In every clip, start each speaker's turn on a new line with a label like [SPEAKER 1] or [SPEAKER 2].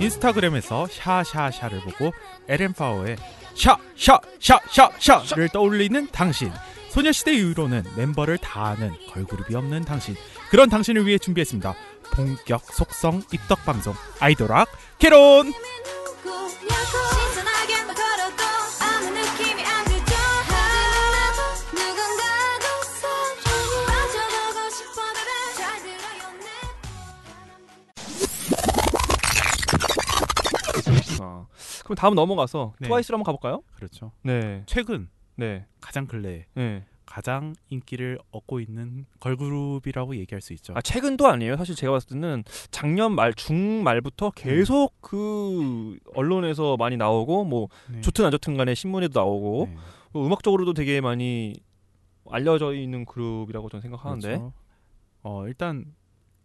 [SPEAKER 1] 인스타그램에서 샤샤샤를 보고 에렌파워의 샤샤샤샤샤를 떠올리는 당신 소녀시대 이후로는 멤버를 다 아는 걸그룹이 없는 당신 그런 당신을 위해 준비했습니다 본격 속성 입덕 방송 아이돌학 캐론
[SPEAKER 2] 신선하게 걸어도 아무 느낌이 안 들죠 하지만 누군가도 사랑에 빠져들고 싶어 그래 잘 들어요 내
[SPEAKER 3] 어. 그럼 다음 넘어가서
[SPEAKER 1] 네.
[SPEAKER 3] 트와이스로 한번 가볼까요?
[SPEAKER 1] 그렇죠
[SPEAKER 3] 네,
[SPEAKER 1] 최근
[SPEAKER 3] 네,
[SPEAKER 1] 가장 근래
[SPEAKER 3] 네.
[SPEAKER 1] 가장 인기를 얻고 있는 걸그룹이라고 얘기할 수 있죠
[SPEAKER 3] 아 최근도 아니에요. 사실 제가 봤을 때는 작년 말 중 말부터 계속 그 언론에서 많이 나오고 뭐
[SPEAKER 1] 네.
[SPEAKER 3] 좋든 안 좋든 간에 신문에도 나오고
[SPEAKER 1] 네.
[SPEAKER 3] 뭐 음악적으로도 되게 많이 알려져 있는 그룹이라고 저는 생각하는데
[SPEAKER 1] 그렇죠. 어 일단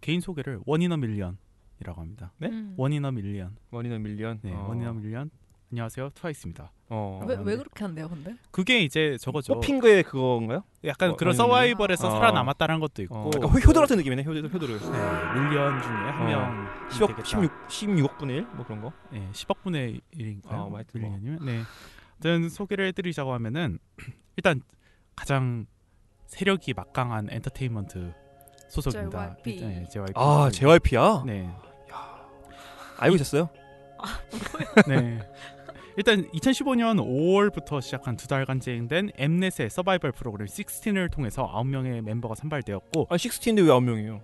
[SPEAKER 1] 개인 소개를 원인어 밀리언이라고 합니다.
[SPEAKER 3] 네?
[SPEAKER 4] 음.
[SPEAKER 1] 원인어 밀리언.
[SPEAKER 3] 원인어 밀리언.
[SPEAKER 1] 네,
[SPEAKER 3] 어.
[SPEAKER 1] 원인어 밀리언. 안녕하세요, 트와이스입니다.
[SPEAKER 3] 어.
[SPEAKER 4] 왜, 왜 그렇게 한대요, 근데?
[SPEAKER 1] 그게 이제 저거죠.
[SPEAKER 3] 호핑크의 그건가요?
[SPEAKER 1] 약간
[SPEAKER 3] 어,
[SPEAKER 1] 그런
[SPEAKER 3] 원인
[SPEAKER 1] 서바이벌에서
[SPEAKER 3] 밀리언?
[SPEAKER 1] 살아남았다는 것도 있고.
[SPEAKER 3] 어. 아, 약간 효- 효도를 같은 느낌이네. 효도, 효도를.
[SPEAKER 1] 네, 밀리언 중에 한
[SPEAKER 3] 어.
[SPEAKER 1] 명.
[SPEAKER 3] 10억 16 16억 분의 1뭐 그런 거.
[SPEAKER 1] 네, 10억 분의 1인가요?
[SPEAKER 3] 어, 뭐 하여튼 뭐.
[SPEAKER 1] 밀리언이면. 네. 아무튼 소개를 해드리자고 하면은 일단 가장 세력이 막강한 엔터테인먼트 소속입니다.
[SPEAKER 4] JYP.
[SPEAKER 1] 네, JYP.
[SPEAKER 3] 아 JYP야?
[SPEAKER 1] 네.
[SPEAKER 3] 알고 있었어요?
[SPEAKER 1] 네. 일단 2015년 5월부터 시작한 두 달간 진행된 엠넷의 서바이벌 프로그램 16을 통해서 9명의 멤버가 선발되었고
[SPEAKER 3] 아 16인데 왜 9명이에요?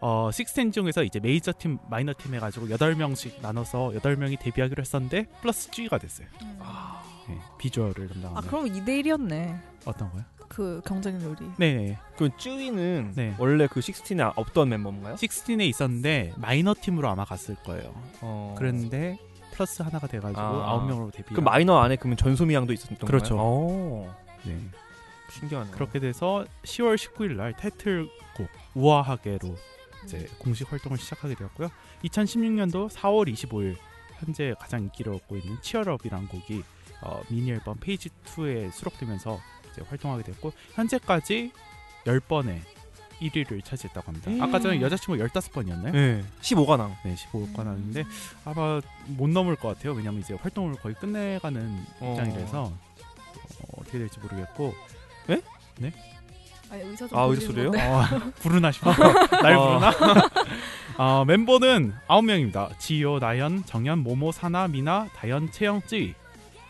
[SPEAKER 1] 어, 16 중에서 이제 메이저 팀, 마이너 팀 해가지고 8명씩 나눠서 8명이 데뷔하기로 했었는데 플러스 G가 됐어요.
[SPEAKER 3] 아.
[SPEAKER 1] 네, 비주얼을
[SPEAKER 4] 아,
[SPEAKER 1] 담당하는
[SPEAKER 4] 그럼 2대1이었네.
[SPEAKER 1] 어떤 거요?
[SPEAKER 4] 그 경쟁률이.
[SPEAKER 1] 네,
[SPEAKER 3] 그럼 쯔위는
[SPEAKER 1] 네.
[SPEAKER 3] 원래 그 16에 없던 멤버인가요?
[SPEAKER 1] 16에 있었는데 마이너 팀으로 아마 갔을 거예요.
[SPEAKER 3] 어.
[SPEAKER 1] 그랬는데 플러스 하나가 돼가지고
[SPEAKER 3] 아.
[SPEAKER 1] 아. 9명으로 데뷔.
[SPEAKER 3] 그 마이너 안에 그러면 전소미 양도 있었던 건가요?
[SPEAKER 1] 그렇죠.
[SPEAKER 3] 오,
[SPEAKER 1] 네.
[SPEAKER 3] 신기하네.
[SPEAKER 1] 그렇게 돼서 10월 19일 날 타이틀곡 우아하게로 이제
[SPEAKER 3] 음.
[SPEAKER 1] 공식 활동을 시작하게 되었고요. 2016년도 4월 25일 현재 가장 인기를 얻고 있는 치얼업이라는 곡이 어, 미니 앨범 페이지 2에 수록되면서 이제 활동하게 됐고 현재까지 10번의 1위를 차지했다고 합니다.
[SPEAKER 3] 음.
[SPEAKER 1] 아까 전에 여자친구 15번이었나요?
[SPEAKER 3] 네. 음. 15가 나.
[SPEAKER 1] 네, 15권 하는데 아마 못 넘을 것 같아요. 왜냐면 이제 활동을 거의 끝내가는
[SPEAKER 3] 어.
[SPEAKER 1] 입장이라서 어, 어떻게 될지 모르겠고
[SPEAKER 4] 아니, 의사 좀
[SPEAKER 3] 아
[SPEAKER 4] 돌리는
[SPEAKER 3] 의자 소리요?
[SPEAKER 4] 건데.
[SPEAKER 1] 아, 부르나 싶어서 날
[SPEAKER 3] 어.
[SPEAKER 1] 부르나? 아, 멤버는 9명입니다. 지효, 나연, 정연, 모모, 사나, 미나, 다연, 채영, 쯔위.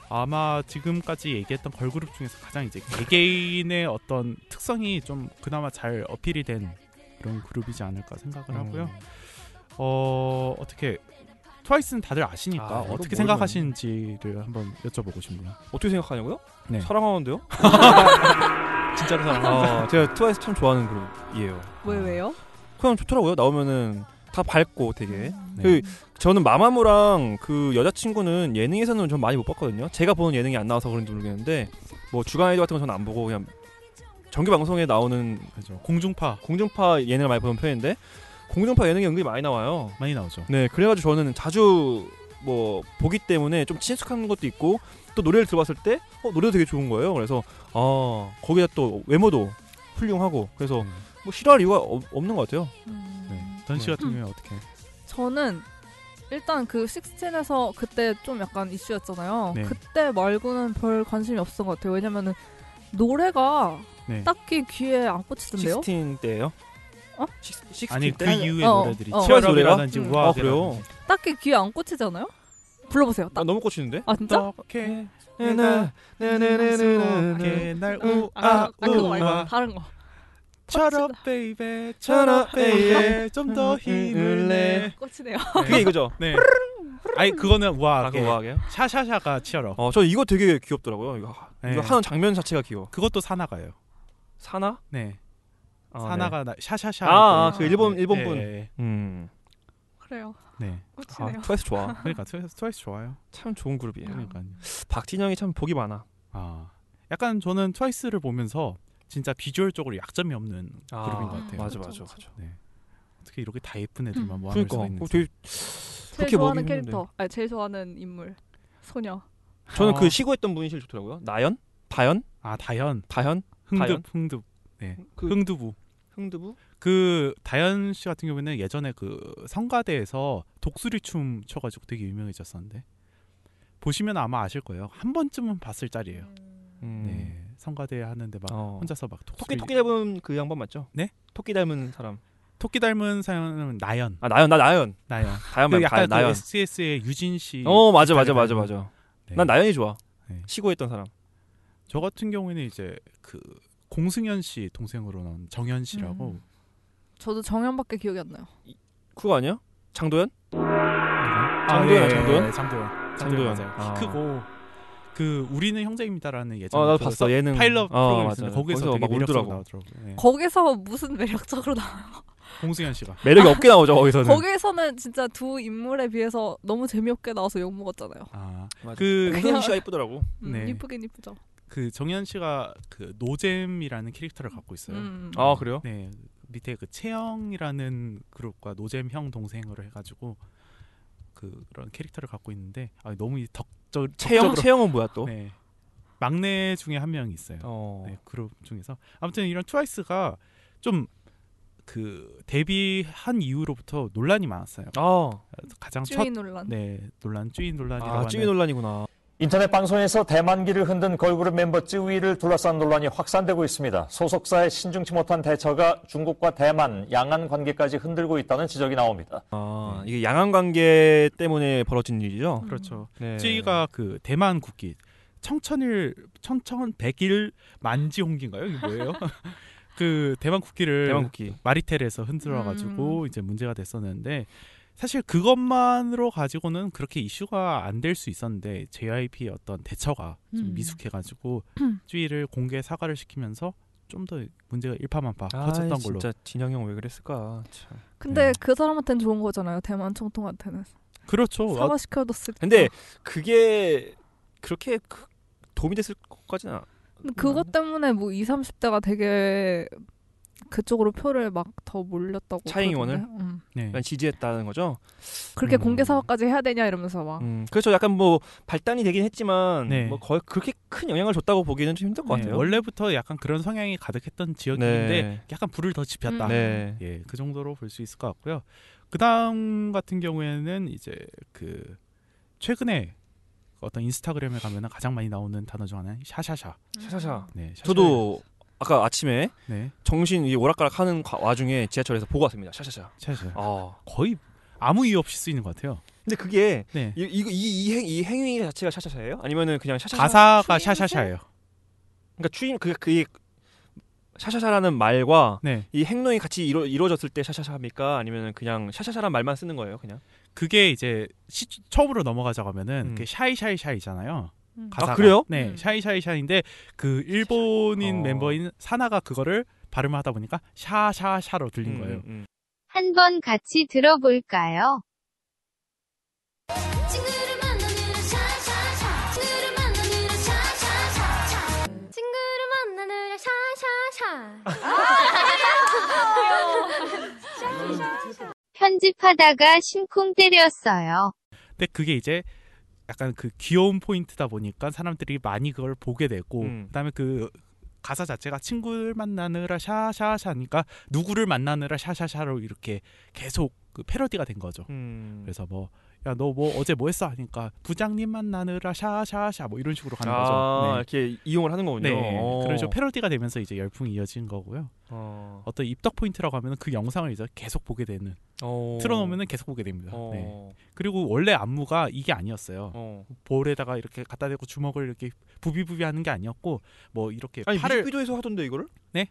[SPEAKER 1] 아마 지금까지 얘기했던 걸그룹 중에서 가장 이제 개개인의 어떤 특성이 좀 그나마 잘 어필이 된 그런 그룹이지 않을까
[SPEAKER 3] 음.
[SPEAKER 1] 생각을 하고요. 어, 어떻게 트와이스는 다들 아시니까
[SPEAKER 3] 아, 이거
[SPEAKER 1] 어떻게
[SPEAKER 3] 모르면-
[SPEAKER 1] 생각하시는지를 한번 여쭤보고 싶네요.
[SPEAKER 3] 어떻게 생각하냐고요?
[SPEAKER 1] 네.
[SPEAKER 3] 사랑하는데요? 진짜로 사랑하는데. 어, 제가 트와이스 참 좋아하는 그룹이에요.
[SPEAKER 1] 아.
[SPEAKER 4] 왜, 왜요?
[SPEAKER 3] 그냥 좋더라고요. 나오면은 다 밝고 되게.
[SPEAKER 1] 네.
[SPEAKER 3] 저는 마마무랑 그 여자친구는 예능에서는 좀 많이 못 봤거든요. 제가 보는 예능이 안 나와서 그런지 모르겠는데 뭐 주간 아이돌 같은 건 저는 안 보고 그냥 정규 방송에 나오는
[SPEAKER 1] 그죠. 공중파
[SPEAKER 3] 공중파 예능을 많이 보는 편인데 공중파 예능이 은근히 많이 나와요.
[SPEAKER 1] 많이 나오죠.
[SPEAKER 3] 네, 그래가지고 저는 자주 뭐 보기 때문에 좀 친숙한 것도 있고 또 노래를 들어봤을 때 어, 노래도 되게 좋은 거예요. 그래서 아 거기다 또 외모도 훌륭하고 그래서
[SPEAKER 1] 음.
[SPEAKER 3] 뭐 싫어할 이유가 없- 없는 것 같아요.
[SPEAKER 4] 음.
[SPEAKER 1] 네. 던씨 같은 경우에 어떻게?
[SPEAKER 4] 저는 일단 그 식스틴에서 그때 좀 약간 이슈였잖아요.
[SPEAKER 1] 네.
[SPEAKER 4] 그때 말고는 별 관심이 없었던 것 같아요. 왜냐면은 노래가
[SPEAKER 1] 네.
[SPEAKER 4] 딱히 귀에 안 꽂히던데요?
[SPEAKER 3] 16 때예요?
[SPEAKER 4] 어?
[SPEAKER 3] 16
[SPEAKER 1] 아니 그 이후의
[SPEAKER 4] 어,
[SPEAKER 1] 노래들이
[SPEAKER 4] 어.
[SPEAKER 1] 치열하게라든지
[SPEAKER 4] 음.
[SPEAKER 3] 아
[SPEAKER 1] 우아하게
[SPEAKER 3] 그래요?
[SPEAKER 4] 딱히 귀에 안 꽂히잖아요? 불러보세요.
[SPEAKER 1] 그
[SPEAKER 3] 나
[SPEAKER 4] 딱.
[SPEAKER 3] 너무 꽂히는데?
[SPEAKER 4] 아, 진짜?
[SPEAKER 1] 어떻게
[SPEAKER 3] 네.
[SPEAKER 4] 네,
[SPEAKER 3] 네네네네네
[SPEAKER 1] 어떻게 날
[SPEAKER 4] 응. 아,
[SPEAKER 1] 우아
[SPEAKER 4] 아,
[SPEAKER 3] 음,
[SPEAKER 4] 그거 말고
[SPEAKER 1] 우아
[SPEAKER 4] 다른 거.
[SPEAKER 1] 철업 베이베 철업
[SPEAKER 3] 음.
[SPEAKER 1] 베이베 좀 더 힘을 내
[SPEAKER 4] 꽂히네요.
[SPEAKER 3] 그게 이거죠?
[SPEAKER 1] 네 아니 그거는
[SPEAKER 3] 음. 아
[SPEAKER 1] 우아하게
[SPEAKER 3] 그거 우아하게요?
[SPEAKER 1] 샤샤샤가 치열업
[SPEAKER 3] 어저 이거 되게 귀엽더라고요. 이거, 하-
[SPEAKER 1] 네.
[SPEAKER 3] 이거 하는 장면 자체가 귀여워.
[SPEAKER 1] 그것도 사나가요
[SPEAKER 3] 사나?
[SPEAKER 1] 네
[SPEAKER 3] 아,
[SPEAKER 1] 사나가 나- 샤샤샤
[SPEAKER 3] 아, 아,
[SPEAKER 1] 이렇게.
[SPEAKER 3] 그 일본- 일본
[SPEAKER 1] 네,
[SPEAKER 3] 분.
[SPEAKER 1] 네,
[SPEAKER 3] 네. 음.
[SPEAKER 4] 그래요.
[SPEAKER 1] 네
[SPEAKER 3] 아,
[SPEAKER 4] 꽂히네요.
[SPEAKER 3] 트와이스 좋아.
[SPEAKER 1] 그러니까 트와이스- 트와이스 좋아요
[SPEAKER 3] 참 좋은 그룹이에요.
[SPEAKER 1] 그러니까
[SPEAKER 3] 박진영이 참 복이 많아.
[SPEAKER 1] 아 약간 저는 트와이스를 보면서 진짜 비주얼적으로 약점이 없는 그룹인 것 같아요
[SPEAKER 3] 맞아 맞아
[SPEAKER 4] 그렇죠,
[SPEAKER 3] 맞아.
[SPEAKER 1] 어떻게 이렇게 다 예쁜 애들만 모아놓을
[SPEAKER 3] 그러니까
[SPEAKER 1] 수가
[SPEAKER 3] 어,
[SPEAKER 1] 있는지
[SPEAKER 3] 되게
[SPEAKER 4] 제일
[SPEAKER 3] 그렇게
[SPEAKER 4] 좋아하는
[SPEAKER 3] 먹이긴 했는데.
[SPEAKER 4] 캐릭터. 아니, 제일 좋아하는 인물. 소녀.
[SPEAKER 3] 저는
[SPEAKER 1] 아.
[SPEAKER 3] 그 시구했던 분이 제일 좋더라고요. 나연, 다연,
[SPEAKER 1] 아 다현
[SPEAKER 3] 다현, 다현?
[SPEAKER 1] 흥듭 흥듭 네
[SPEAKER 3] 그-
[SPEAKER 1] 흥두부
[SPEAKER 3] 흥두부.
[SPEAKER 1] 그 다현 씨 같은 경우에는 예전에 그 성가대에서 독수리 춤 춰가지고 되게 유명해졌었는데 보시면 아마 아실 거예요. 한 번쯤은 봤을 자리예요.
[SPEAKER 3] 음.
[SPEAKER 1] 네, 성가대 하는데 막
[SPEAKER 3] 어.
[SPEAKER 1] 혼자서 막 독수리,
[SPEAKER 3] 토끼 토끼 닮은 그 양반 맞죠?
[SPEAKER 1] 네?
[SPEAKER 3] 토끼 닮은 사람.
[SPEAKER 1] 토끼 닮은 사람은 나연,
[SPEAKER 3] 아 나연 나 나연.
[SPEAKER 1] 나연.
[SPEAKER 3] 다연
[SPEAKER 1] 그
[SPEAKER 3] 말고
[SPEAKER 1] 약간
[SPEAKER 3] 다연
[SPEAKER 1] 그
[SPEAKER 3] 나연.
[SPEAKER 1] SS의 유진 씨.
[SPEAKER 3] 어 맞아 맞아
[SPEAKER 1] 다른
[SPEAKER 3] 맞아
[SPEAKER 1] 닮은.
[SPEAKER 3] 맞아.
[SPEAKER 1] 네.
[SPEAKER 3] 난 나연이 좋아.
[SPEAKER 1] 네.
[SPEAKER 3] 시고했던 사람.
[SPEAKER 1] 저 같은 경우에는 이제 그 공승현 씨 동생으로 나온 정현 씨라고
[SPEAKER 4] 음. 저도 정연밖에 기억이 안 나요.
[SPEAKER 3] 그거 아니야? 장도연?
[SPEAKER 1] 누구야? 아,
[SPEAKER 3] 장도연,
[SPEAKER 1] 예,
[SPEAKER 3] 장도연?
[SPEAKER 1] 예, 장도연.
[SPEAKER 3] 장도연.
[SPEAKER 1] 장도연 맞아요.
[SPEAKER 3] 아.
[SPEAKER 1] 키 크고 그 우리는 형제입니다라는 예전
[SPEAKER 3] 어 나도
[SPEAKER 1] 그
[SPEAKER 3] 봤어 예능.
[SPEAKER 1] 파일럿
[SPEAKER 3] 어,
[SPEAKER 1] 프로그램
[SPEAKER 3] 맞아.
[SPEAKER 1] 있었는데 거기서, 되게
[SPEAKER 3] 막
[SPEAKER 1] 매력적으로
[SPEAKER 3] 울더라고.
[SPEAKER 1] 나오더라고요. 예.
[SPEAKER 4] 거기서 무슨 매력적으로 나.
[SPEAKER 1] 공승현 씨가
[SPEAKER 3] 매력이 없게 나오죠 거기서는.
[SPEAKER 4] 거기서는 진짜 두 인물에 비해서 너무 재미없게 나와서 욕 먹었잖아요.
[SPEAKER 1] 아,
[SPEAKER 3] 맞아.
[SPEAKER 1] 그,
[SPEAKER 3] 혜연 씨가 이쁘더라고.
[SPEAKER 4] 음,
[SPEAKER 1] 네.
[SPEAKER 4] 이쁘긴 이쁘죠.
[SPEAKER 1] 그 정현 씨가 그 노잼이라는 캐릭터를 갖고 있어요.
[SPEAKER 4] 음.
[SPEAKER 3] 아 그래요?
[SPEAKER 1] 네 밑에 그 채영이라는 그룹과 노잼 형 동생으로 해가지고 그, 그런 캐릭터를 갖고 있는데 아, 너무 이 덕적
[SPEAKER 3] 채영
[SPEAKER 1] 덕적으로-
[SPEAKER 3] 채영은 뭐야 또?
[SPEAKER 1] 네 막내 중에 한 명이 있어요.
[SPEAKER 3] 어.
[SPEAKER 1] 네, 그룹 중에서 아무튼 이런 트와이스가 좀 그 데뷔한 이후로부터 논란이 많았어요.
[SPEAKER 3] 아,
[SPEAKER 1] 가장
[SPEAKER 4] 쭈이 논란.
[SPEAKER 1] 첫네 논란 쭈인 논란이라고
[SPEAKER 3] 아
[SPEAKER 1] 하는
[SPEAKER 3] 찌위 논란이구나.
[SPEAKER 5] 인터넷 방송에서 대만기를 흔든 걸그룹 멤버 쯔위를 둘러싼 논란이 확산되고 있습니다. 소속사의 신중치 못한 대처가 중국과 대만, 양안 관계까지 흔들고 있다는 지적이 나옵니다.
[SPEAKER 3] 아
[SPEAKER 1] 네.
[SPEAKER 3] 이게 양안 관계 때문에 벌어진 일이죠.
[SPEAKER 1] 그렇죠.
[SPEAKER 3] 네.
[SPEAKER 1] 쯔위가 그 대만 국기 청천일 천천 백일 만지 홍기인가요? 이게 뭐예요? 그 대만 국기를
[SPEAKER 3] 대만 국기.
[SPEAKER 1] 마리텔에서 흔들어가지고
[SPEAKER 4] 음.
[SPEAKER 1] 이제 문제가 됐었는데 사실 그것만으로 가지고는 그렇게 이슈가 안 될 수 있었는데 JYP의 어떤 대처가 좀
[SPEAKER 4] 음.
[SPEAKER 1] 미숙해가지고 쯔위를 공개 사과를 시키면서 좀 더 문제가 일파만파 커졌던
[SPEAKER 3] 아이,
[SPEAKER 1] 걸로
[SPEAKER 3] 진짜 진영이 형 왜 그랬을까? 참.
[SPEAKER 4] 근데
[SPEAKER 1] 네.
[SPEAKER 4] 그 사람한테는 좋은 거잖아요. 대만 총통한테는
[SPEAKER 1] 그렇죠 아,
[SPEAKER 4] 사과 시켜줬을.
[SPEAKER 3] 근데 그게 그렇게 크- 도움이 됐을 것까지는
[SPEAKER 1] 네.
[SPEAKER 3] 안-
[SPEAKER 4] 그것 때문에 뭐 2, 30대가 되게 그쪽으로 표를 막 더 몰렸다고.
[SPEAKER 3] 차이잉원을?
[SPEAKER 4] 그러던데. 음.
[SPEAKER 1] 네.
[SPEAKER 3] 난 지지했다는 거죠.
[SPEAKER 4] 그렇게
[SPEAKER 3] 음.
[SPEAKER 4] 공개 사과까지 해야 되냐 이러면서 막.
[SPEAKER 3] 음, 그렇죠. 약간 뭐 발단이 되긴 했지만
[SPEAKER 1] 네.
[SPEAKER 3] 뭐 거의 그렇게 큰 영향을 줬다고 보기는 좀 힘들 것
[SPEAKER 1] 네,
[SPEAKER 3] 같아요.
[SPEAKER 1] 원래부터 약간 그런 성향이 가득했던 지역인데 약간 불을 더 지폈다.
[SPEAKER 4] 음.
[SPEAKER 3] 네.
[SPEAKER 1] 예, 그 정도로 볼 수 있을 것 같고요. 그다음 같은 경우에는 이제 그 최근에 어떤 인스타그램에 가면 가장 많이 나오는 단어 중 하나는 샤샤샤.
[SPEAKER 3] 샤샤샤.
[SPEAKER 1] 네, 샤샤.
[SPEAKER 3] 저도 아까 아침에
[SPEAKER 1] 네,
[SPEAKER 3] 정신 이 오락가락하는 과- 와중에 지하철에서 보고 왔습니다. 샤샤샤.
[SPEAKER 1] 샤샤.
[SPEAKER 3] 아.
[SPEAKER 1] 거의 아무 이유 없이 쓰이는 것 같아요.
[SPEAKER 3] 근데 그게
[SPEAKER 1] 네,
[SPEAKER 3] 이 이거 이이 행위 자체가 샤샤샤예요? 아니면은 그냥 샤샤
[SPEAKER 1] 가사가
[SPEAKER 4] 추임새?
[SPEAKER 1] 샤샤샤예요.
[SPEAKER 3] 그러니까 추임 그그 샤샤샤라는 말과
[SPEAKER 1] 네,
[SPEAKER 3] 이 행동이 같이 이루, 이루어졌을 때 샤샤샤입니까? 아니면은 그냥 샤샤샤란 말만 쓰는 거예요, 그냥?
[SPEAKER 1] 그게 이제 시, 처음으로 넘어가자고 하면은
[SPEAKER 3] 음.
[SPEAKER 1] 그 샤이샤이샤이잖아요.
[SPEAKER 4] 음.
[SPEAKER 1] 가사가.
[SPEAKER 3] 그래요?
[SPEAKER 1] 네,
[SPEAKER 4] 음.
[SPEAKER 1] 샤이샤이샤인데 그 일본인
[SPEAKER 3] 어.
[SPEAKER 1] 멤버인 사나가 그거를 발음하다 보니까 샤샤샤로 들린
[SPEAKER 3] 음,
[SPEAKER 1] 거예요.
[SPEAKER 3] 음, 음.
[SPEAKER 6] 한번 같이 들어볼까요?
[SPEAKER 2] 친구를 만나느라 샤샤샤 친구를 만나느라 샤샤샤 친구를 만나느라 샤샤샤
[SPEAKER 6] 편집하다가 심쿵 때렸어요.
[SPEAKER 1] 근데 그게 이제 약간 그 귀여운 포인트다 보니까 사람들이 많이 그걸 보게 되고
[SPEAKER 3] 음.
[SPEAKER 1] 그다음에 그 가사 자체가 친구를 만나느라 샤샤샤니까 누구를 만나느라 샤샤샤로 이렇게 계속 그 패러디가 된 거죠.
[SPEAKER 3] 음.
[SPEAKER 1] 그래서 뭐 야 너 뭐 어제 뭐 했어 하니까 부장님 만나느라 샤샤샤 뭐 이런 식으로 가는
[SPEAKER 3] 아,
[SPEAKER 1] 거죠.
[SPEAKER 3] 이렇게 이용을 하는 거군요.
[SPEAKER 1] 네. 네.
[SPEAKER 3] 어.
[SPEAKER 1] 그래서 패러디가 되면서 이제 열풍이 이어진 거고요.
[SPEAKER 3] 어.
[SPEAKER 1] 어떤 입덕 포인트라고 하면 그 영상을 이제 계속 보게 되는
[SPEAKER 3] 어.
[SPEAKER 1] 틀어놓으면 계속 보게 됩니다.
[SPEAKER 3] 어.
[SPEAKER 1] 네. 그리고 원래 안무가 이게 아니었어요.
[SPEAKER 3] 어.
[SPEAKER 1] 볼에다가 이렇게 갖다 대고 주먹을 이렇게 부비부비 하는 게 아니었고 뭐 이렇게
[SPEAKER 3] 아니
[SPEAKER 1] 팔을
[SPEAKER 3] 뮤직비디오에서 하던데 이거를?
[SPEAKER 1] 네?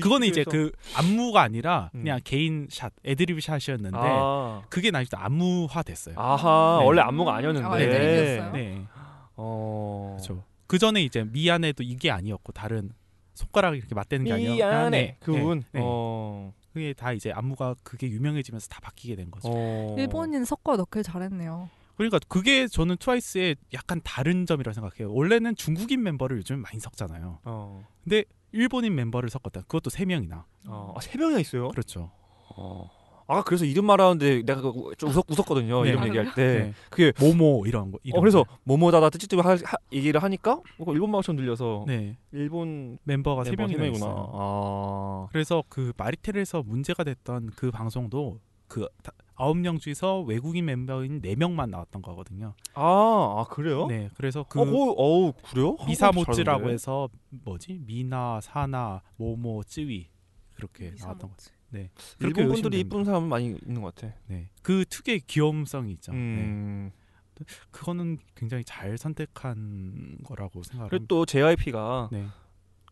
[SPEAKER 1] 그거는 이제
[SPEAKER 3] 뮤직비디오에서?
[SPEAKER 1] 그 안무가 아니라
[SPEAKER 3] 음.
[SPEAKER 1] 그냥 개인 샷 애드리브 샷이었는데
[SPEAKER 3] 아.
[SPEAKER 1] 그게 나중에 안무화 됐어요.
[SPEAKER 3] 아하
[SPEAKER 1] 네.
[SPEAKER 3] 원래 안무가 아니었는데
[SPEAKER 4] 아, 애드리브였어요?
[SPEAKER 1] 네,
[SPEAKER 3] 어.
[SPEAKER 1] 그렇죠. 그 전에 이제 미안해도 이게 아니었고 다른 손가락 이렇게 맞대는 게 아니었고
[SPEAKER 3] 미안해 그분
[SPEAKER 1] 네, 네.
[SPEAKER 3] 어.
[SPEAKER 1] 그게 다 이제 안무가 그게 유명해지면서 다 바뀌게 된 거죠.
[SPEAKER 3] 어.
[SPEAKER 4] 일본인 섞어 넣길 잘했네요.
[SPEAKER 1] 그러니까 그게 저는 트와이스의 약간 다른 점이라고 생각해요. 원래는 중국인 멤버를 요즘 많이 섞잖아요.
[SPEAKER 3] 어.
[SPEAKER 1] 일본인 멤버를 섞었다. 그것도 세 명이나.
[SPEAKER 3] 어. 아, 세 명이나 있어요?
[SPEAKER 1] 그렇죠.
[SPEAKER 3] 어. 아까 그래서 이름 말하는데 내가 그거 좀 웃었, 웃었거든요.
[SPEAKER 1] 네.
[SPEAKER 3] 이름 얘기할 때.
[SPEAKER 1] 네.
[SPEAKER 3] 그게
[SPEAKER 1] 모모 이런 거. 이런
[SPEAKER 3] 어, 그래서
[SPEAKER 1] 거.
[SPEAKER 3] 뭐뭐다다 찌찌 하, 하, 얘기를 하니까 어, 일본 마우처럼 들려서
[SPEAKER 1] 네
[SPEAKER 3] 일본
[SPEAKER 1] 멤버가 세
[SPEAKER 3] 멤버
[SPEAKER 1] 명이나
[SPEAKER 3] 세 명이구나.
[SPEAKER 1] 있어요.
[SPEAKER 3] 아.
[SPEAKER 1] 그래서 그 마리텔에서 문제가 됐던 그 방송도 그 다- 9명 중에서 외국인 멤버인 4명만 나왔던 거거든요.
[SPEAKER 3] 아, 아 그래요?
[SPEAKER 1] 네. 그래서 그
[SPEAKER 3] 어, 그, 어우, 그래요?
[SPEAKER 1] 미사모찌라고
[SPEAKER 3] 한국도 잘하는데.
[SPEAKER 1] 해서 뭐지? 미나, 사나, 모모, 쯔위 그렇게 나왔던 거. 그렇게
[SPEAKER 3] 일본 분들이
[SPEAKER 1] 의심됩니다.
[SPEAKER 3] 이쁜 사람은 많이 있는 것 같아.
[SPEAKER 1] 네. 그 특유의 귀염성이 있죠. 네.
[SPEAKER 3] 음.
[SPEAKER 1] 그거는 굉장히 잘 선택한 거라고 생각을
[SPEAKER 3] 그리고
[SPEAKER 1] 합니다.
[SPEAKER 3] 또 JYP가
[SPEAKER 1] 네.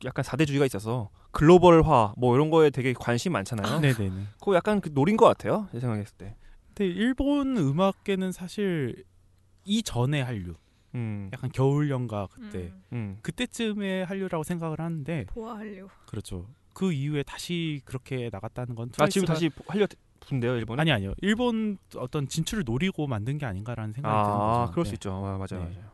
[SPEAKER 3] 약간 4대주의가 있어서 글로벌화 뭐 이런 거에 되게 관심이 많잖아요.
[SPEAKER 1] 네, 네, 네.
[SPEAKER 3] 그거 약간 그 노린 것 같아요. 제 생각했을 때.
[SPEAKER 1] 근데 일본 음악계는 사실 이전에 한류,
[SPEAKER 3] 음.
[SPEAKER 1] 약간 겨울 연가 그때
[SPEAKER 3] 음.
[SPEAKER 1] 그때쯤에 한류라고 생각을 하는데
[SPEAKER 4] 보아하려.
[SPEAKER 1] 그렇죠. 그 이후에 다시 그렇게 나갔다는 건
[SPEAKER 3] 아 지금
[SPEAKER 1] 트와이스가-
[SPEAKER 3] 다시 한려 분데요 일본에?
[SPEAKER 1] 아니 아니요. 일본 어떤 진출을 노리고 만든 게 아닌가라는 생각이 드는
[SPEAKER 3] 아,
[SPEAKER 1] 거죠.
[SPEAKER 3] 그럴 수
[SPEAKER 1] 네.
[SPEAKER 3] 있죠. 아, 맞아요.
[SPEAKER 1] 네.
[SPEAKER 3] 맞아요.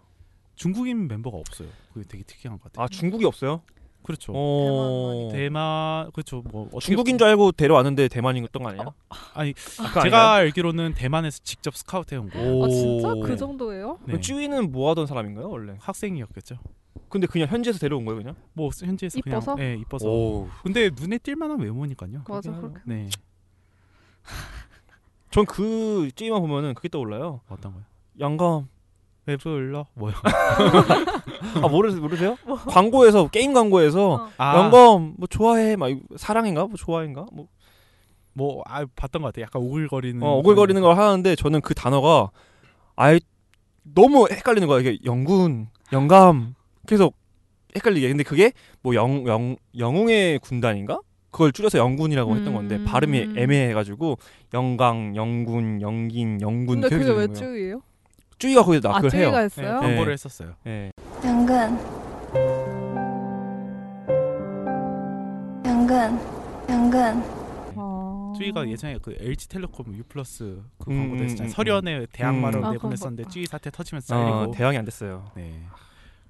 [SPEAKER 1] 중국인 멤버가 없어요. 그게 되게 특이한 것 같아요.
[SPEAKER 3] 아 중국이 없어요?
[SPEAKER 1] 그렇죠.
[SPEAKER 3] 어.
[SPEAKER 1] 네. 대만 그렇죠. 뭐 어떻게 어?
[SPEAKER 3] 중국인 줄 알고 데려왔는데 대만이었던 거 아니에요?
[SPEAKER 1] 아니, 제가
[SPEAKER 3] 아까 아닌가요?
[SPEAKER 1] 알기로는 대만에서 직접 스카우트해 온 거.
[SPEAKER 4] 아 진짜 그
[SPEAKER 3] 네.
[SPEAKER 4] 정도예요?
[SPEAKER 1] 네.
[SPEAKER 3] 그럼 쯔위는 뭐 하던 사람인가요 원래?
[SPEAKER 1] 학생이었겠죠.
[SPEAKER 3] 근데 그냥 현지에서 데려온 거예요 그냥?
[SPEAKER 1] 뭐 현지에서
[SPEAKER 4] 이뻐서?
[SPEAKER 1] 그냥 예, 이뻐서.
[SPEAKER 3] 오.
[SPEAKER 1] 근데 눈에 띌만한 외모니까요.
[SPEAKER 4] 맞아
[SPEAKER 3] 그렇긴
[SPEAKER 4] 그렇게.
[SPEAKER 1] 네.
[SPEAKER 3] 전그 쯔위만 보면은 그게 떠올라요.
[SPEAKER 1] 어떤 거요?
[SPEAKER 3] 양감.
[SPEAKER 1] 왜 불러? 뭐요?
[SPEAKER 3] 아 모르세요? 모르세요? 광고에서 게임 광고에서
[SPEAKER 4] 뭐. 어.
[SPEAKER 1] 아,
[SPEAKER 3] 영감 뭐 좋아해 막 이거 사랑인가 뭐 좋아인가 뭐
[SPEAKER 1] 뭐 아, 봤던 것 같아요. 약간
[SPEAKER 4] 음,
[SPEAKER 1] 오글거리는.
[SPEAKER 3] 어, 오글거리는 걸 하는데 저는 그 단어가 아예 너무 헷갈리는 거야 이게 영군 영감 계속 헷갈리게 근데 그게 뭐 영 영 영웅의 군단인가 그걸 줄여서 영군이라고 했던 건데
[SPEAKER 4] 음.
[SPEAKER 3] 발음이 애매해가지고 영강 영군 영긴 영군
[SPEAKER 4] 근데 그게
[SPEAKER 3] 되는
[SPEAKER 4] 왜
[SPEAKER 3] 거예요.
[SPEAKER 4] 쭈이예요?
[SPEAKER 3] 쭈이가 거기서 나
[SPEAKER 4] 아
[SPEAKER 3] 그걸
[SPEAKER 4] 쭈이가
[SPEAKER 3] 해요
[SPEAKER 1] 네,
[SPEAKER 4] 했어요?
[SPEAKER 3] 네.
[SPEAKER 1] 광고를 했었어요.
[SPEAKER 3] 예.
[SPEAKER 7] 당근 당근 당근
[SPEAKER 3] 네.
[SPEAKER 4] 어.
[SPEAKER 1] 쯔위가 예전에 그 LG텔레콤 U 플러스 그
[SPEAKER 3] 음,
[SPEAKER 1] 광고도
[SPEAKER 3] 음,
[SPEAKER 1] 했었잖아요.
[SPEAKER 3] 음,
[SPEAKER 1] 서련의 대학
[SPEAKER 3] 음.
[SPEAKER 1] 마을
[SPEAKER 4] 아,
[SPEAKER 1] 내보냈었는데
[SPEAKER 4] 그런 거
[SPEAKER 1] 쯔위 사태 터지면서
[SPEAKER 3] 어,
[SPEAKER 1] 잘리고.
[SPEAKER 3] 대항이 안 됐어요.
[SPEAKER 1] 네.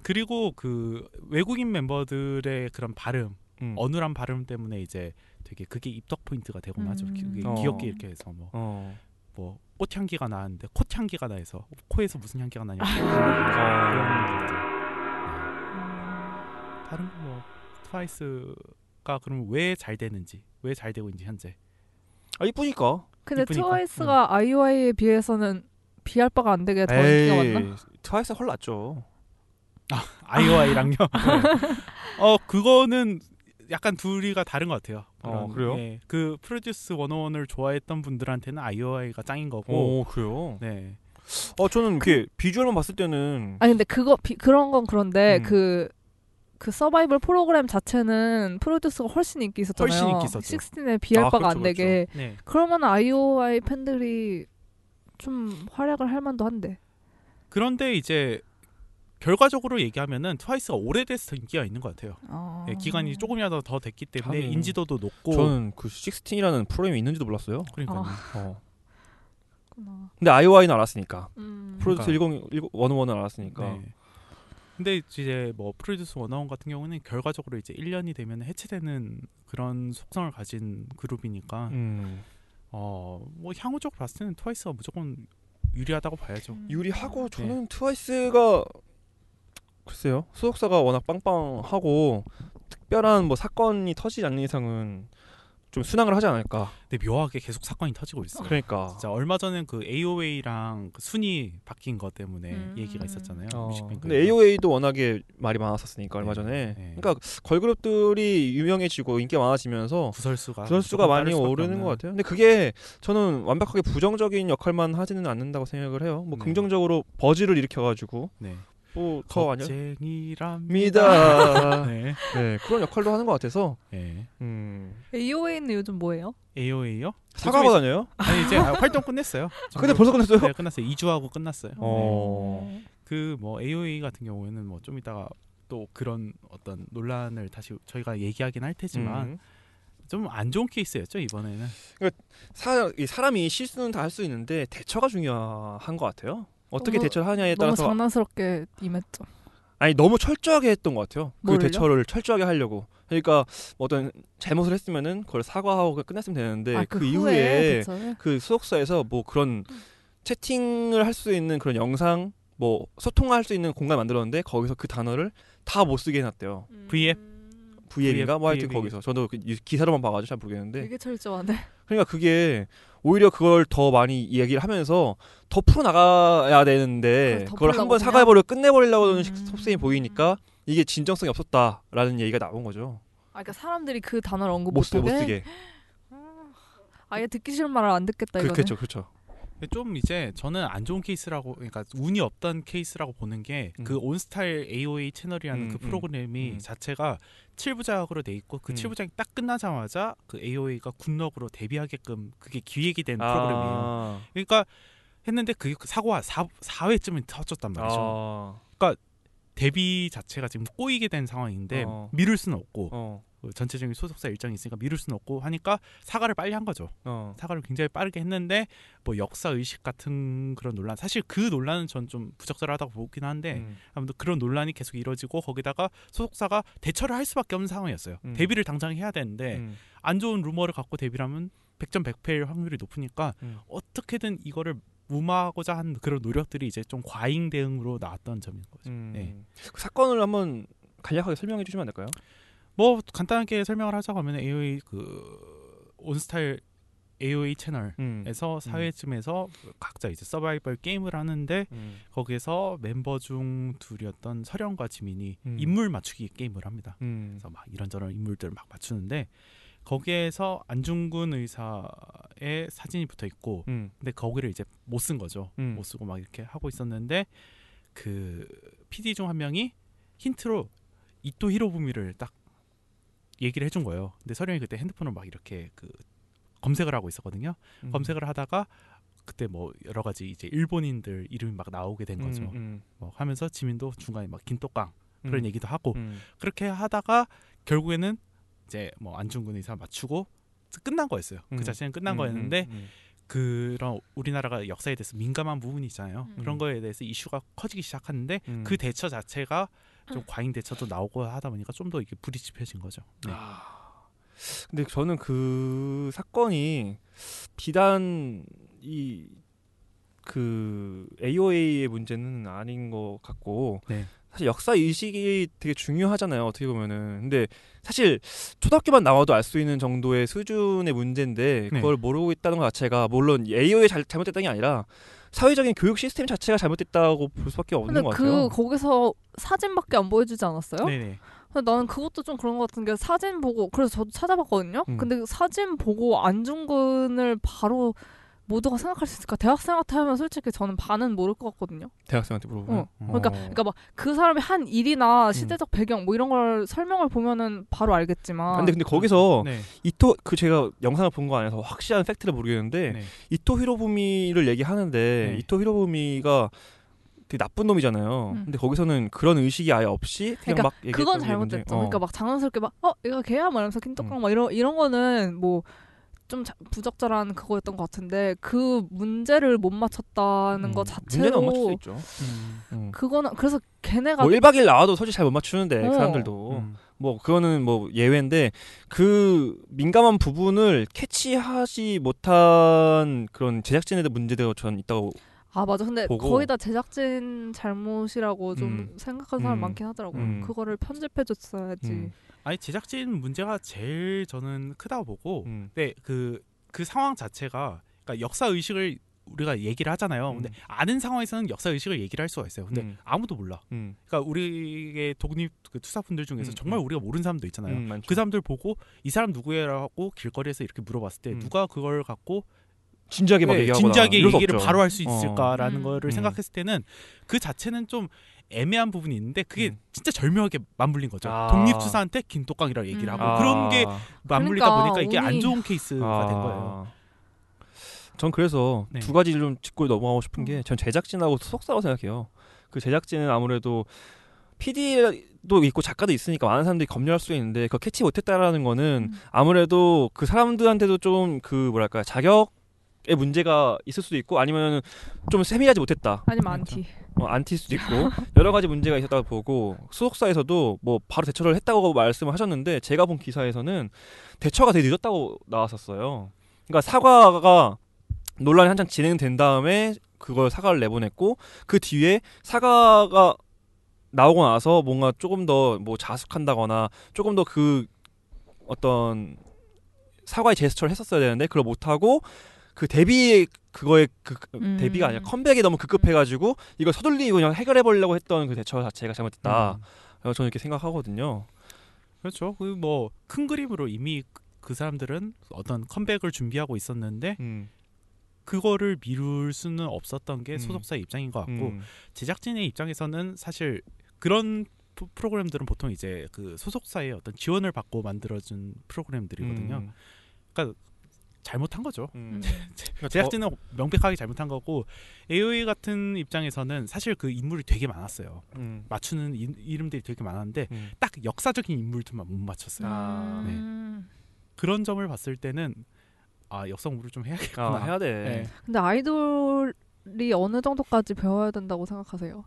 [SPEAKER 1] 그리고 그 외국인 멤버들의 그런 발음
[SPEAKER 3] 음.
[SPEAKER 1] 어눌한 발음 때문에 이제 되게 그게 입덕 포인트가 되곤 하죠.
[SPEAKER 4] 음.
[SPEAKER 1] 그게
[SPEAKER 3] 어.
[SPEAKER 1] 귀엽게 이렇게 해서 뭐,
[SPEAKER 3] 어.
[SPEAKER 1] 뭐 꽃향기가 나는데 콧향기가 나해서 코에서 무슨 향기가 나냐
[SPEAKER 3] 아.
[SPEAKER 1] 그런 것들. 네. 다른 거뭐 트와이스가 그럼 왜 잘 되는지 왜 잘 되고 있는지 현재
[SPEAKER 3] 아 이쁘니까.
[SPEAKER 4] 근데
[SPEAKER 1] 이쁘니까.
[SPEAKER 4] 트와이스가 아이오아이에 비해서는 비할 바가 안 되게 네, 더 인기가 많나?
[SPEAKER 3] 트와이스 헐 낫죠.
[SPEAKER 1] 아이오아이랑요. 어 그거는 약간 둘이가 다른 것 같아요.
[SPEAKER 3] 어,
[SPEAKER 1] 그런,
[SPEAKER 3] 그래요?
[SPEAKER 1] 예, 그 프로듀스 101을 좋아했던 분들한테는 아이오아이가 짱인 거고.
[SPEAKER 3] 그래요.
[SPEAKER 1] 네.
[SPEAKER 3] 어 저는 그게 비주얼만 봤을 때는
[SPEAKER 4] 아니 근데 그거 비, 그런 건 그런데
[SPEAKER 3] 음.
[SPEAKER 4] 그 그 서바이벌 프로그램 자체는 프로듀스가 훨씬 인기 있었잖아요.
[SPEAKER 1] 훨씬 인기 있었죠.
[SPEAKER 4] 16에 비할
[SPEAKER 3] 아,
[SPEAKER 4] 바가
[SPEAKER 3] 그렇죠,
[SPEAKER 4] 안 되게.
[SPEAKER 1] 네.
[SPEAKER 4] 그러면 아이오아이 팬들이 좀 활약을 할 만도 한데.
[SPEAKER 1] 그런데 이제 결과적으로 얘기하면은 트와이스가 오래돼서 인기가 있는 것 같아요. 예, 기간이 조금이라도 더 됐기 때문에
[SPEAKER 3] 하긴.
[SPEAKER 1] 인지도도 높고.
[SPEAKER 3] 저는 그 16이라는 프로그램이 있는지도 몰랐어요.
[SPEAKER 1] 그러니까요.
[SPEAKER 3] 어.
[SPEAKER 4] 그렇구나.
[SPEAKER 3] 근데 아이오아이는 알았으니까
[SPEAKER 4] 음.
[SPEAKER 3] 프로듀스
[SPEAKER 1] 그러니까.
[SPEAKER 3] 1010 101은 알았으니까
[SPEAKER 1] 네. 근데 이제 뭐 프로듀스 101 같은 경우는 결과적으로 이제 1년이 되면 해체되는 그런 속성을 가진 그룹이니까
[SPEAKER 3] 음.
[SPEAKER 1] 어뭐 향후적으로 봤을 때는 트와이스가 무조건 유리하다고
[SPEAKER 4] 음.
[SPEAKER 1] 봐야죠.
[SPEAKER 3] 유리하고 저는 트와이스가 글쎄요 소속사가 워낙 빵빵하고 특별한 뭐 사건이 터지지 않는 이상은 좀 순항을 하지 않을까.
[SPEAKER 4] 어.
[SPEAKER 1] 근데 묘하게 계속 사건이 터지고 있어요.
[SPEAKER 3] 그러니까
[SPEAKER 1] 진짜 얼마 전엔 그 AOA랑 그 순위 바뀐 것 때문에
[SPEAKER 4] 음.
[SPEAKER 1] 얘기가 있었잖아요.
[SPEAKER 3] 어,
[SPEAKER 1] 뮤직뱅크.
[SPEAKER 3] 근데 AOA도 워낙에 말이 많았었으니까 얼마
[SPEAKER 1] 네,
[SPEAKER 3] 전에.
[SPEAKER 1] 네.
[SPEAKER 3] 그러니까 걸그룹들이 유명해지고 인기가 많아지면서
[SPEAKER 1] 구설수가
[SPEAKER 3] 조회수가
[SPEAKER 1] 조금
[SPEAKER 3] 많이
[SPEAKER 1] 따를 수밖에
[SPEAKER 3] 오르는
[SPEAKER 1] 없는.
[SPEAKER 3] 것 같아요. 근데 그게 저는 완벽하게 부정적인 역할만 하지는 않는다고 생각을 해요. 뭐
[SPEAKER 1] 네.
[SPEAKER 3] 긍정적으로 버즈를 일으켜가지고
[SPEAKER 1] 네.
[SPEAKER 3] 뭐더 아니야?
[SPEAKER 1] 겁쟁이랍니다.
[SPEAKER 3] 미다.
[SPEAKER 1] 네.
[SPEAKER 3] 네 그런 역할도 하는 것 같아서
[SPEAKER 1] 네.
[SPEAKER 3] 음.
[SPEAKER 4] AOA는 예, 요즘 뭐예요?
[SPEAKER 1] AOA요?
[SPEAKER 3] 사과가 다녀요?
[SPEAKER 1] 아니 이제 아, 활동 끝냈어요.
[SPEAKER 3] 아, 근데 벌써 끝났어요?
[SPEAKER 1] 네, 끝났어요. 2주하고 끝났어요.
[SPEAKER 3] 어.
[SPEAKER 4] 네.
[SPEAKER 1] 그 뭐 AOA 같은 경우에는 뭐 좀 이따가 또 그런 어떤 논란을 다시 저희가 얘기하긴 할 테지만
[SPEAKER 3] 음.
[SPEAKER 1] 좀 안 좋은 케이스였죠 이번에는.
[SPEAKER 3] 사, 이 사람이 실수는 다 할 수 있는데 대처가 중요한 것 같아요. 어떻게
[SPEAKER 1] 뭐
[SPEAKER 4] 너무-
[SPEAKER 3] 대처를 하냐에
[SPEAKER 4] 너무
[SPEAKER 3] 따라서
[SPEAKER 4] 장난스럽게 임했죠.
[SPEAKER 3] 아니 너무 철저하게 했던 것 같아요.
[SPEAKER 4] 뭘요?
[SPEAKER 3] 그 대처를 철저하게 하려고. 그러니까 뭐 어떤 잘못을 했으면은 그걸 사과하고 끝났으면 되는데
[SPEAKER 4] 아,
[SPEAKER 3] 그,
[SPEAKER 4] 그 후에
[SPEAKER 3] 이후에
[SPEAKER 4] 대처를?
[SPEAKER 3] 그 소속사에서 뭐 그런 채팅을 할 수 있는 그런 영상 뭐 소통할 수 있는 공간 만들었는데 거기서 그 단어를 다 못 쓰게 해놨대요.
[SPEAKER 4] 음,
[SPEAKER 1] VF?
[SPEAKER 3] VM인가 뭐 하여튼
[SPEAKER 1] VAB.
[SPEAKER 3] 거기서 저도 그 뉴스 기사로만 봐가지고 잘 모르겠는데
[SPEAKER 4] 되게 철저하네.
[SPEAKER 3] 그러니까 그게 오히려 그걸 더 많이 이야기를 하면서 더 풀어 나가야 되는데
[SPEAKER 4] 그걸 더
[SPEAKER 3] 그걸 한
[SPEAKER 4] 풀려고
[SPEAKER 3] 번
[SPEAKER 4] 그냥?
[SPEAKER 3] 사과해버려 끝내버리려고 하는
[SPEAKER 4] 음.
[SPEAKER 3] 속셈이 보이니까 이게 진정성이 없었다라는 얘기가 나온 거죠
[SPEAKER 4] 아, 그러니까 사람들이 그 단어를 언급
[SPEAKER 3] 못, 쓰-
[SPEAKER 4] 못하게.
[SPEAKER 3] 못 쓰게
[SPEAKER 4] 아예 듣기 싫은 말을 안 듣겠다 이거는.
[SPEAKER 3] 그렇죠 그렇죠
[SPEAKER 1] 근데 좀 이제 저는 안 좋은 케이스라고 그러니까 운이 없던 케이스라고 보는 게 그
[SPEAKER 3] 음.
[SPEAKER 1] 온스타일 AOA 채널이라는
[SPEAKER 3] 음,
[SPEAKER 1] 그
[SPEAKER 3] 음.
[SPEAKER 1] 프로그램이
[SPEAKER 3] 음.
[SPEAKER 1] 자체가 7부작으로 돼 있고 그
[SPEAKER 3] 음.
[SPEAKER 1] 7부작이 딱 끝나자마자 그 AOA가 굿럭으로 데뷔하게끔 그게 기획이 된 음, 프로그램이에요.
[SPEAKER 3] 아,
[SPEAKER 1] 그러니까 했는데 그 사고가 4, 4회쯤에 터졌단 말이죠.
[SPEAKER 3] 아,
[SPEAKER 1] 데뷔 자체가 지금 꼬이게 된 상황인데
[SPEAKER 3] 어.
[SPEAKER 1] 미룰 수는 없고
[SPEAKER 3] 어,
[SPEAKER 1] 그 전체적인 소속사 일정이 있으니까 미룰 수는 없고 하니까 사과를 빨리 한 거죠.
[SPEAKER 3] 어.
[SPEAKER 1] 사과를 굉장히 빠르게 했는데 뭐 역사 의식 같은 그런 논란 사실 그 논란은 전 좀 부적절하다고 보긴 한데
[SPEAKER 3] 음.
[SPEAKER 1] 아무튼 그런 논란이 계속 이뤄지고 거기다가 소속사가 대처를 할 수밖에 없는 상황이었어요.
[SPEAKER 3] 음.
[SPEAKER 1] 데뷔를 당장 해야 되는데
[SPEAKER 3] 음.
[SPEAKER 1] 안 좋은 루머를 갖고 데뷔를 하면 100점 100패일 확률이 높으니까
[SPEAKER 3] 음.
[SPEAKER 1] 어떻게든 이거를 무마하고자 한 그런 노력들이 이제 좀 과잉 대응으로 나왔던 점인 거죠.
[SPEAKER 3] 음.
[SPEAKER 1] 네.
[SPEAKER 3] 그 사건을 한번 간략하게 설명해 주시면 안 될까요?
[SPEAKER 1] 뭐 간단하게 설명을 하자면 AOA 그 온스타일 AOA 채널
[SPEAKER 3] 음.
[SPEAKER 1] 에서 사회쯤에서 그 각자 이제 서바이벌 게임을 하는데
[SPEAKER 3] 음.
[SPEAKER 1] 거기에서 멤버 중 둘이었던 서령과 지민이
[SPEAKER 3] 음.
[SPEAKER 1] 인물 맞추기 게임을 합니다.
[SPEAKER 3] 음.
[SPEAKER 1] 그래서 막 이런저런 인물들을 막 맞추는데 거기에서 안중근 의사의 사진이 붙어 있고
[SPEAKER 3] 음.
[SPEAKER 1] 근데 거기를 이제 못 쓴 거죠.
[SPEAKER 3] 음.
[SPEAKER 1] 못뭐 쓰고 막 이렇게 하고 있었는데 그 PD 중 한 명이 힌트로 이토 히로부미를 딱 얘기를 해준 거예요. 근데 서령이 그때 핸드폰으로 막 이렇게 그 검색을 하고 있었거든요.
[SPEAKER 3] 음.
[SPEAKER 1] 뭐 검색을 하다가 그때 뭐 여러 가지 이제 일본인들 이름이 막 나오게 된 거죠.
[SPEAKER 3] 음, 음.
[SPEAKER 1] 뭐 하면서 지민도 중간에 막 긴떡강 그런
[SPEAKER 3] 음.
[SPEAKER 1] 얘기도 하고
[SPEAKER 3] 음.
[SPEAKER 1] 그렇게 하다가 결국에는 이제 뭐 안중근 의사 맞추고 끝난 거였어요.
[SPEAKER 3] 음.
[SPEAKER 1] 그 자체는 끝난
[SPEAKER 3] 음,
[SPEAKER 1] 거였는데
[SPEAKER 3] 음, 음.
[SPEAKER 1] 그런 우리나라가 역사에 대해서 민감한 부분이 있잖아요.
[SPEAKER 4] 음.
[SPEAKER 1] 그런 거에 대해서 이슈가 커지기 시작하는데
[SPEAKER 3] 음.
[SPEAKER 1] 그 대처 자체가 좀 과잉 대처도 나오고 하다 보니까 좀 더 이게 불이 지펴진 거죠. 네.
[SPEAKER 3] 아. 근데 저는 그 사건이 비단 이 그 AOA의 문제는 아닌 것 같고
[SPEAKER 1] 네.
[SPEAKER 3] 사실 역사 의식이 되게 중요하잖아요 어떻게 보면은 근데 사실 초등학교만 나와도 알 수 있는 정도의 수준의 문제인데 그걸 모르고 있다는 것 자체가 물론 AOA 잘, 잘못됐다는 게 아니라 사회적인 교육 시스템 자체가 잘못됐다고 볼 수밖에
[SPEAKER 4] 근데
[SPEAKER 3] 없는 것
[SPEAKER 4] 그
[SPEAKER 3] 같아요.
[SPEAKER 4] 거기서 사진밖에 안 보여주지 않았어요?
[SPEAKER 1] 네네.
[SPEAKER 4] 근데 나는 그것도 좀 그런 것 같은 게 사진 보고 그래서 저도 찾아봤거든요.
[SPEAKER 3] 음.
[SPEAKER 4] 근데 그 사진 보고 안중근을 바로 모두가 생각할 수 있을까? 대학생 같으면 솔직히 저는 반은 모를 것 같거든요.
[SPEAKER 3] 대학생한테 물어보면
[SPEAKER 4] 어. 그러니까,
[SPEAKER 3] 어. 음.
[SPEAKER 4] 그러니까 막 그 사람이 한 일이나 시대적 배경 뭐 이런 걸 설명을 보면은 바로 알겠지만.
[SPEAKER 3] 아, 근데 근데 거기서
[SPEAKER 1] 네.
[SPEAKER 3] 이토 그 제가 영상을 본 거 안에서 확실한 팩트를 모르겠는데
[SPEAKER 1] 네.
[SPEAKER 3] 이토 히로부미를 얘기하는데
[SPEAKER 1] 네.
[SPEAKER 3] 이토 히로부미가 되게 나쁜 놈이잖아요.
[SPEAKER 4] 음.
[SPEAKER 3] 근데 거기서는 그런 의식이 아예 없이 그냥
[SPEAKER 4] 그러니까
[SPEAKER 3] 막 얘기했던
[SPEAKER 4] 그건
[SPEAKER 3] 게
[SPEAKER 4] 잘못됐죠.
[SPEAKER 3] 문제- 어. 음.
[SPEAKER 4] 그러니까 막 장난스럽게 막 어 이거 걔야 막 이러면서 킨떡강 막 이런 이런 거는 뭐 좀 부적절한 그거였던 것 같은데 그 문제를 못 맞췄다는
[SPEAKER 3] 음,
[SPEAKER 4] 거
[SPEAKER 3] 문제는 안 맞출 수
[SPEAKER 4] 자체로
[SPEAKER 3] 있죠. 음.
[SPEAKER 1] 음.
[SPEAKER 4] 그거는 그래서 걔네가
[SPEAKER 3] 뭐 1박 2일 나와도 솔직히 잘 못 맞추는데 그
[SPEAKER 4] 어.
[SPEAKER 3] 사람들도
[SPEAKER 1] 음.
[SPEAKER 3] 뭐 그거는 뭐 예외인데 그 민감한 부분을 캐치하지 못한 그런 제작진의 문제도 전 있다고
[SPEAKER 4] 아 맞아 근데
[SPEAKER 3] 보고.
[SPEAKER 4] 거의 다 제작진 잘못이라고 좀
[SPEAKER 3] 음.
[SPEAKER 4] 생각한 사람
[SPEAKER 3] 음.
[SPEAKER 4] 많긴 하더라고
[SPEAKER 3] 음.
[SPEAKER 4] 요 그거를 편집해 줬어야지
[SPEAKER 3] 음.
[SPEAKER 1] 아니 제작진 문제가 제일 저는 크다고 보고
[SPEAKER 3] 음.
[SPEAKER 1] 근데 그, 그 상황 자체가 그러니까 역사 의식을 우리가 얘기를 하잖아요. 근데
[SPEAKER 3] 음.
[SPEAKER 1] 아는 상황에서는 역사 의식을 얘기를 할 수가 있어요. 근데
[SPEAKER 3] 음.
[SPEAKER 1] 아무도 몰라.
[SPEAKER 3] 음.
[SPEAKER 1] 그러니까 우리의 독립 그 투사분들 중에서
[SPEAKER 3] 음,
[SPEAKER 1] 정말
[SPEAKER 3] 음.
[SPEAKER 1] 우리가 모르는 사람도 있잖아요.
[SPEAKER 3] 음, 많죠.
[SPEAKER 1] 그 사람들 보고 이 사람 누구예라고 길거리에서 이렇게 물어봤을 때
[SPEAKER 3] 음.
[SPEAKER 1] 누가 그걸 갖고
[SPEAKER 3] 진지하게 막
[SPEAKER 1] 네,
[SPEAKER 3] 얘기하거나
[SPEAKER 1] 진지하게
[SPEAKER 3] 이럴 수
[SPEAKER 1] 얘기를
[SPEAKER 3] 없죠.
[SPEAKER 1] 바로 할 수
[SPEAKER 3] 어.
[SPEAKER 1] 있을까라는
[SPEAKER 4] 음.
[SPEAKER 1] 거를
[SPEAKER 3] 음.
[SPEAKER 1] 생각했을 때는 그 자체는 좀 애매한 부분이 있는데 그게
[SPEAKER 3] 음.
[SPEAKER 1] 진짜 절묘하게 맞물린 거죠.
[SPEAKER 3] 아.
[SPEAKER 1] 독립투사한테 긴똑강이라고 얘기를
[SPEAKER 4] 음.
[SPEAKER 1] 하고 그런 게 맞물리다
[SPEAKER 4] 그러니까
[SPEAKER 1] 보니까 이게 안
[SPEAKER 4] 운이-
[SPEAKER 1] 좋은 케이스가 된 거예요.
[SPEAKER 3] 아. 전 그래서
[SPEAKER 1] 네.
[SPEAKER 3] 두 가지를 좀 짚고 넘어가고 싶은
[SPEAKER 4] 음.
[SPEAKER 3] 게 전 제작진하고 소속사라고 생각해요. 그 제작진은 아무래도 PD도 있고 작가도 있으니까 많은 사람들이 검열할 수 있는데 그거 캐치 못했다라는 거는
[SPEAKER 4] 음.
[SPEAKER 3] 아무래도 그 사람들한테도 좀 그 뭐랄까 자격의 문제가 있을 수도 있고 아니면 좀 세밀하지 못했다.
[SPEAKER 4] 아니면 안티
[SPEAKER 3] 어, 안티일 수도 있고 여러 가지 문제가 있었다고 보고 소속사에서도 뭐 바로 대처를 했다고 말씀을 하셨는데 제가 본 기사에서는 대처가 되게 늦었다고 나왔었어요. 그러니까 사과가 논란이 한창 진행된 다음에 그걸 사과를 내보냈고 그 뒤에 사과가 나오고 나서 뭔가 조금 더 뭐 자숙한다거나 조금 더 그 어떤 사과의 제스처를 했었어야 되는데 그걸 못 하고 그 데뷔 그거에 그
[SPEAKER 8] 음.
[SPEAKER 3] 데뷔가 아니라 컴백이 너무 급급해가지고 이걸 서둘리 그냥 해결해 보려고 했던 그 대처 자체가 잘못됐다.
[SPEAKER 1] 음.
[SPEAKER 3] 그래서 저는 이렇게 생각하거든요.
[SPEAKER 1] 그렇죠. 그 뭐 큰 그림으로 이미 그- 그 사람들은 어떤 컴백을 준비하고 있었는데 그거를 미룰 수는 없었던 게
[SPEAKER 3] 음.
[SPEAKER 1] 소속사 의 입장인 것 같고
[SPEAKER 3] 음.
[SPEAKER 1] 제작진의 입장에서는 사실 그런 프- 프로그램들은 보통 이제 그 소속사의 어떤 지원을 받고 만들어준 프로그램들이거든요.
[SPEAKER 3] 음.
[SPEAKER 1] 잘못한 거죠.
[SPEAKER 3] 음. 그러니까 저-
[SPEAKER 1] 제작진은 명백하게 잘못한 거고 AOA 같은 입장에서는 사실 그 인물이 되게 많았어요.
[SPEAKER 3] 음.
[SPEAKER 1] 맞추는 이, 이름들이 되게 많았는데
[SPEAKER 3] 음.
[SPEAKER 1] 딱 역사적인 인물들만 못 맞췄어요.
[SPEAKER 3] 아.
[SPEAKER 1] 네.
[SPEAKER 4] 음.
[SPEAKER 1] 그런 점을 봤을 때는 아 역성물을 좀 해야겠구나.
[SPEAKER 3] 아, 해야 돼.
[SPEAKER 1] 네.
[SPEAKER 4] 근데 아이돌이 어느 정도까지 배워야 된다고 생각하세요?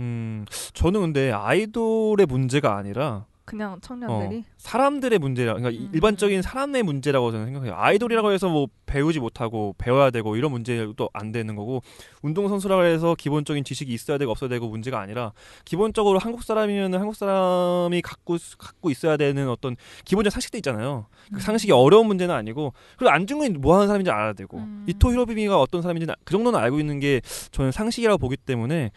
[SPEAKER 3] 음, 저는 근데 아이돌의 문제가 아니라
[SPEAKER 4] 그냥
[SPEAKER 3] 어,
[SPEAKER 4] 청년들이?
[SPEAKER 3] 사람들의 문제라, 그러니까 이-
[SPEAKER 4] 음.
[SPEAKER 3] 일반적인 사람의 문제라고 저는 생각해요. 아이돌이라고 해서 뭐 배우지 못하고 배워야 되고 이런 문제도 안 되는 거고 운동 선수라고 해서 기본적인 지식이 있어야 되고 없어야 되고 문제가 아니라 기본적으로 한국 사람이면 한국 사람이 갖고 수- 갖고 있어야 되는 어떤 기본적인 상식도 있잖아요. 그 상식이 어려운 문제는 아니고 그리고 안중근이 뭐 하는 사람인지 알아야 되고
[SPEAKER 4] 음.
[SPEAKER 3] 이토 히로비미가 어떤 사람인지 그 정도는 알고 있는 게 저는 상식이라고 보기 때문에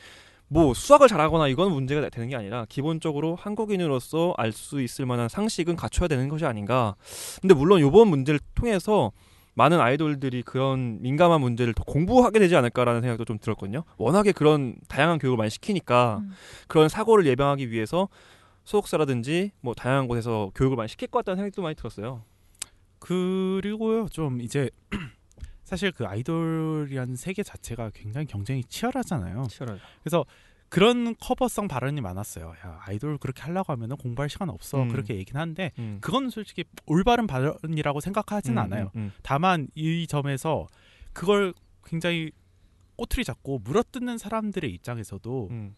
[SPEAKER 3] 뭐 수학을 잘하거나 이건 문제가 되는 게 아니라 기본적으로 한국인으로서 알 수 있을 만한 상식은 갖춰야 되는 것이 아닌가. 근데 물론 이번 문제를 통해서 많은 아이돌들이 그런 민감한 문제를 더 공부하게 되지 않을까라는 생각도 좀 들었거든요. 워낙에 그런 다양한 교육을 많이 시키니까
[SPEAKER 4] 음.
[SPEAKER 3] 그런 사고를 예방하기 위해서 소속사라든지 뭐 다양한 곳에서 교육을 많이 시킬 것 같다는 생각도 많이 들었어요.
[SPEAKER 1] 그리고요 좀 이제 사실 그 아이돌이라는 세계 자체가 굉장히 경쟁이 치열하잖아요.
[SPEAKER 3] 치열하죠.
[SPEAKER 1] 그래서 그런 커버성 발언이 많았어요. 야, 아이돌 그렇게 하려고 하면 공부할 시간 없어.
[SPEAKER 3] 음.
[SPEAKER 1] 그렇게 얘긴 한데 그건 솔직히 올바른 발언이라고 생각하진 않아요.
[SPEAKER 3] 음,
[SPEAKER 1] 다만 이 점에서 그걸 굉장히 꼬투리 잡고 물어뜯는 사람들의 입장에서도
[SPEAKER 3] 음,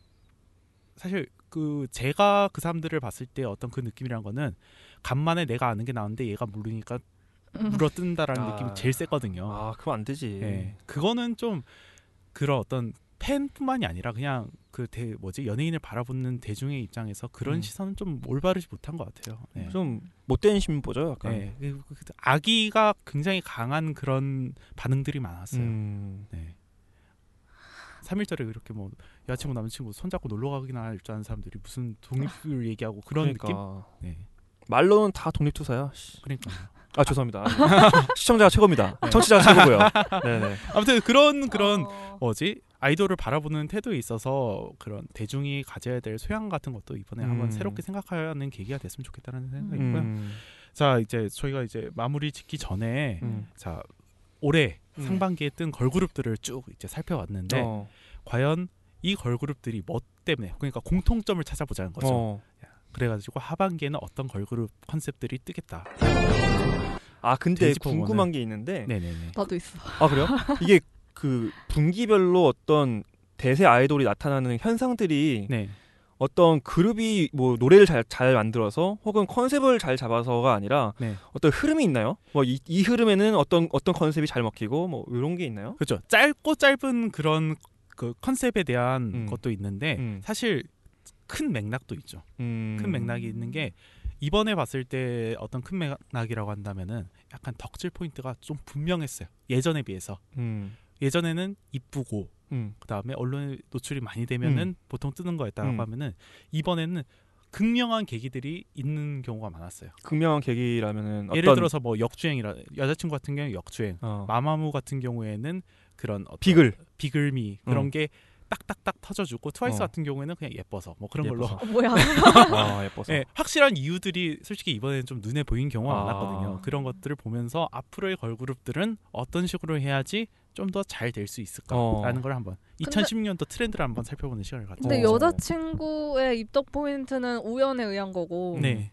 [SPEAKER 1] 사실 그 제가 그 사람들을 봤을 때 어떤 그 느낌이란 거는 간만에 내가 아는 게 나은데 얘가 모르니까
[SPEAKER 4] 음.
[SPEAKER 1] 물어뜯는다라는
[SPEAKER 3] 아.
[SPEAKER 1] 느낌이 제일 세거든요.
[SPEAKER 3] 아, 그럼 안 되지.
[SPEAKER 1] 뭐. 예. 그거는 좀 그런 어떤 팬뿐만이 아니라 그냥 그 대, 뭐지 연예인을 바라보는 대중의 입장에서 그런
[SPEAKER 3] 음.
[SPEAKER 1] 시선은 좀 올바르지 못한 것 같아요. 예.
[SPEAKER 3] 좀 못된 심보죠, 약간.
[SPEAKER 1] 예. 그- 그- 그 아기가 굉장히 강한 그런 반응들이 많았어요.
[SPEAKER 3] 음.
[SPEAKER 1] 네. 3일절에 그렇게 뭐 여자친구 남자친구 손잡고 놀러 가기나 할 줄 아는 사람들이 무슨 독립을 얘기하고 그런
[SPEAKER 3] 그러니까.
[SPEAKER 1] 느낌? 네.
[SPEAKER 3] 말로는 다 독립투사야. 씨.
[SPEAKER 1] 그러니까
[SPEAKER 3] 아 죄송합니다. 시청자가 최고입니다.
[SPEAKER 1] 예.
[SPEAKER 3] 청취자가 최고고요. 네네.
[SPEAKER 1] 아무튼 그런 그런
[SPEAKER 4] 어.
[SPEAKER 1] 뭐지 아이돌을 바라보는 태도에 있어서 그런 대중이 가져야 될 소양 같은 것도 이번에
[SPEAKER 3] 음.
[SPEAKER 1] 한번 새롭게 생각하는 계기가 됐으면 좋겠다는 생각이 있고요.
[SPEAKER 3] 음.
[SPEAKER 1] 자 이제 저희가 이제 마무리 짓기 전에
[SPEAKER 3] 음.
[SPEAKER 1] 자 올해
[SPEAKER 3] 음.
[SPEAKER 1] 상반기에 뜬 걸그룹들을 쭉 이제 살펴봤는데
[SPEAKER 3] 어.
[SPEAKER 1] 과연 이 걸그룹들이 뭐 때문에 그러니까 공통점을 찾아보자는 거죠.
[SPEAKER 3] 어.
[SPEAKER 1] 그래가지고 하반기에는 어떤 걸그룹 컨셉들이 뜨겠다.
[SPEAKER 3] 아 근데
[SPEAKER 1] 돼지 부분은-
[SPEAKER 3] 궁금한 게 있는데.
[SPEAKER 1] 네네네.
[SPEAKER 4] 나도 있어.
[SPEAKER 3] 아 그래요? 이게 그 분기별로 어떤 대세 아이돌이 나타나는 현상들이
[SPEAKER 1] 네.
[SPEAKER 3] 어떤 그룹이 뭐 노래를 잘, 잘 만들어서 혹은 컨셉을 잘 잡아서가 아니라
[SPEAKER 1] 네.
[SPEAKER 3] 어떤 흐름이 있나요? 뭐 이 이 흐름에는 어떤 어떤 컨셉이 잘 먹히고 뭐 이런 게 있나요?
[SPEAKER 1] 그렇죠. 짧고 짧은 그런 그 컨셉에 대한
[SPEAKER 3] 음.
[SPEAKER 1] 것도 있는데
[SPEAKER 3] 음.
[SPEAKER 1] 사실 큰 맥락도 있죠.
[SPEAKER 3] 음.
[SPEAKER 1] 큰 맥락이 있는 게 이번에 봤을 때 어떤 큰 맥락이라고 한다면은 약간 덕질 포인트가 좀 분명했어요. 예전에 비해서
[SPEAKER 3] 음.
[SPEAKER 1] 예전에는 이쁘고
[SPEAKER 3] 음.
[SPEAKER 1] 그 다음에 언론에 노출이 많이 되면은 보통 뜨는 거였다고
[SPEAKER 3] 음.
[SPEAKER 1] 하면은 이번에는 극명한 계기들이 있는 경우가 많았어요.
[SPEAKER 3] 극명한 계기라면은 어떤
[SPEAKER 1] 예를 들어서 뭐 역주행이라 여자친구 같은 경우 는 역주행,
[SPEAKER 3] 어.
[SPEAKER 1] 마마무 같은 경우에는 그런 어떤
[SPEAKER 3] 비글
[SPEAKER 1] 비글미 그런
[SPEAKER 3] 음.
[SPEAKER 1] 게 딱딱딱 터져주고 트와이스
[SPEAKER 3] 어.
[SPEAKER 1] 같은 경우에는 그냥 예뻐서 뭐 그런 걸로
[SPEAKER 3] 예뻐서.
[SPEAKER 4] 어, 뭐야.
[SPEAKER 3] 아 예뻐서
[SPEAKER 1] 예, 확실한 이유들이 솔직히 이번에는 좀 눈에 보인 경우가
[SPEAKER 3] 아.
[SPEAKER 1] 많았거든요. 그런 것들을 보면서 앞으로의 걸그룹들은 어떤 식으로 해야지 좀 더 잘 될 수 있을까라는
[SPEAKER 3] 어.
[SPEAKER 1] 걸 한번
[SPEAKER 4] 근데-
[SPEAKER 1] 2016년도 트렌드를 한번 살펴보는 시간을 갖죠.
[SPEAKER 4] 근데
[SPEAKER 3] 어.
[SPEAKER 4] 여자친구의 입덕 포인트는 우연에 의한 거고
[SPEAKER 1] 네,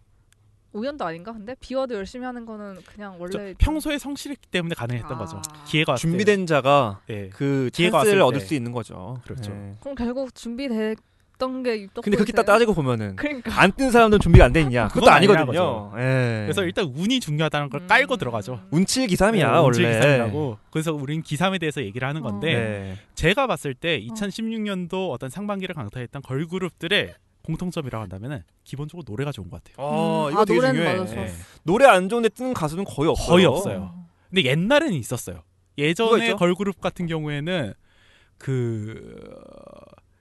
[SPEAKER 4] 우연도 아닌가 근데 비워도 열심히 하는 거는 그냥
[SPEAKER 1] 그죠.
[SPEAKER 4] 원래
[SPEAKER 1] 그렇죠. 평소에 성실했기 때문에 가능했던
[SPEAKER 4] 아.
[SPEAKER 1] 거죠. 기회가 왔을 때.
[SPEAKER 3] 준비된 자가
[SPEAKER 1] 예,
[SPEAKER 3] 그
[SPEAKER 1] 기회가
[SPEAKER 3] 찬스를
[SPEAKER 1] 왔을
[SPEAKER 3] 얻을
[SPEAKER 1] 때.
[SPEAKER 3] 수 있는 거죠.
[SPEAKER 1] 그렇죠.
[SPEAKER 3] 예.
[SPEAKER 4] 그럼 결국 준비됐기 없던 게 입덕.
[SPEAKER 3] 근데 그렇게 따, 따지고 보면은
[SPEAKER 4] 그러니까.
[SPEAKER 3] 안 뜬 사람들은 준비가 안 돼 있냐? 그것도
[SPEAKER 1] 그건
[SPEAKER 3] 아니거든요. 예.
[SPEAKER 1] 그래서 일단 운이 중요하다는 걸
[SPEAKER 4] 음.
[SPEAKER 1] 깔고 들어가죠.
[SPEAKER 3] 운치 기삼이야
[SPEAKER 1] 네,
[SPEAKER 3] 원래.
[SPEAKER 1] 운치 기삼이라고. 그래서 우린 기삼에 대해서 얘기를 하는 건데
[SPEAKER 4] 어. 음.
[SPEAKER 3] 네.
[SPEAKER 1] 제가 봤을 때 2016년도 어떤 상반기를 강타했던 걸그룹들의 공통점이라고 한다면은 기본적으로 노래가 좋은 것 같아요. 네.
[SPEAKER 3] 어,
[SPEAKER 4] 음,
[SPEAKER 3] 이거
[SPEAKER 4] 아,
[SPEAKER 3] 되게
[SPEAKER 4] 노래는
[SPEAKER 3] 중요해.
[SPEAKER 4] 맞아, 좋았어.
[SPEAKER 3] 예. 노래 안 좋은데 뜨는 가수는 거의 없어요.
[SPEAKER 1] 거의 없어요. 근데 옛날에는 있었어요.
[SPEAKER 3] 뭐가
[SPEAKER 1] 예전에
[SPEAKER 3] 있죠?
[SPEAKER 1] 걸그룹 같은 경우에는 그 어,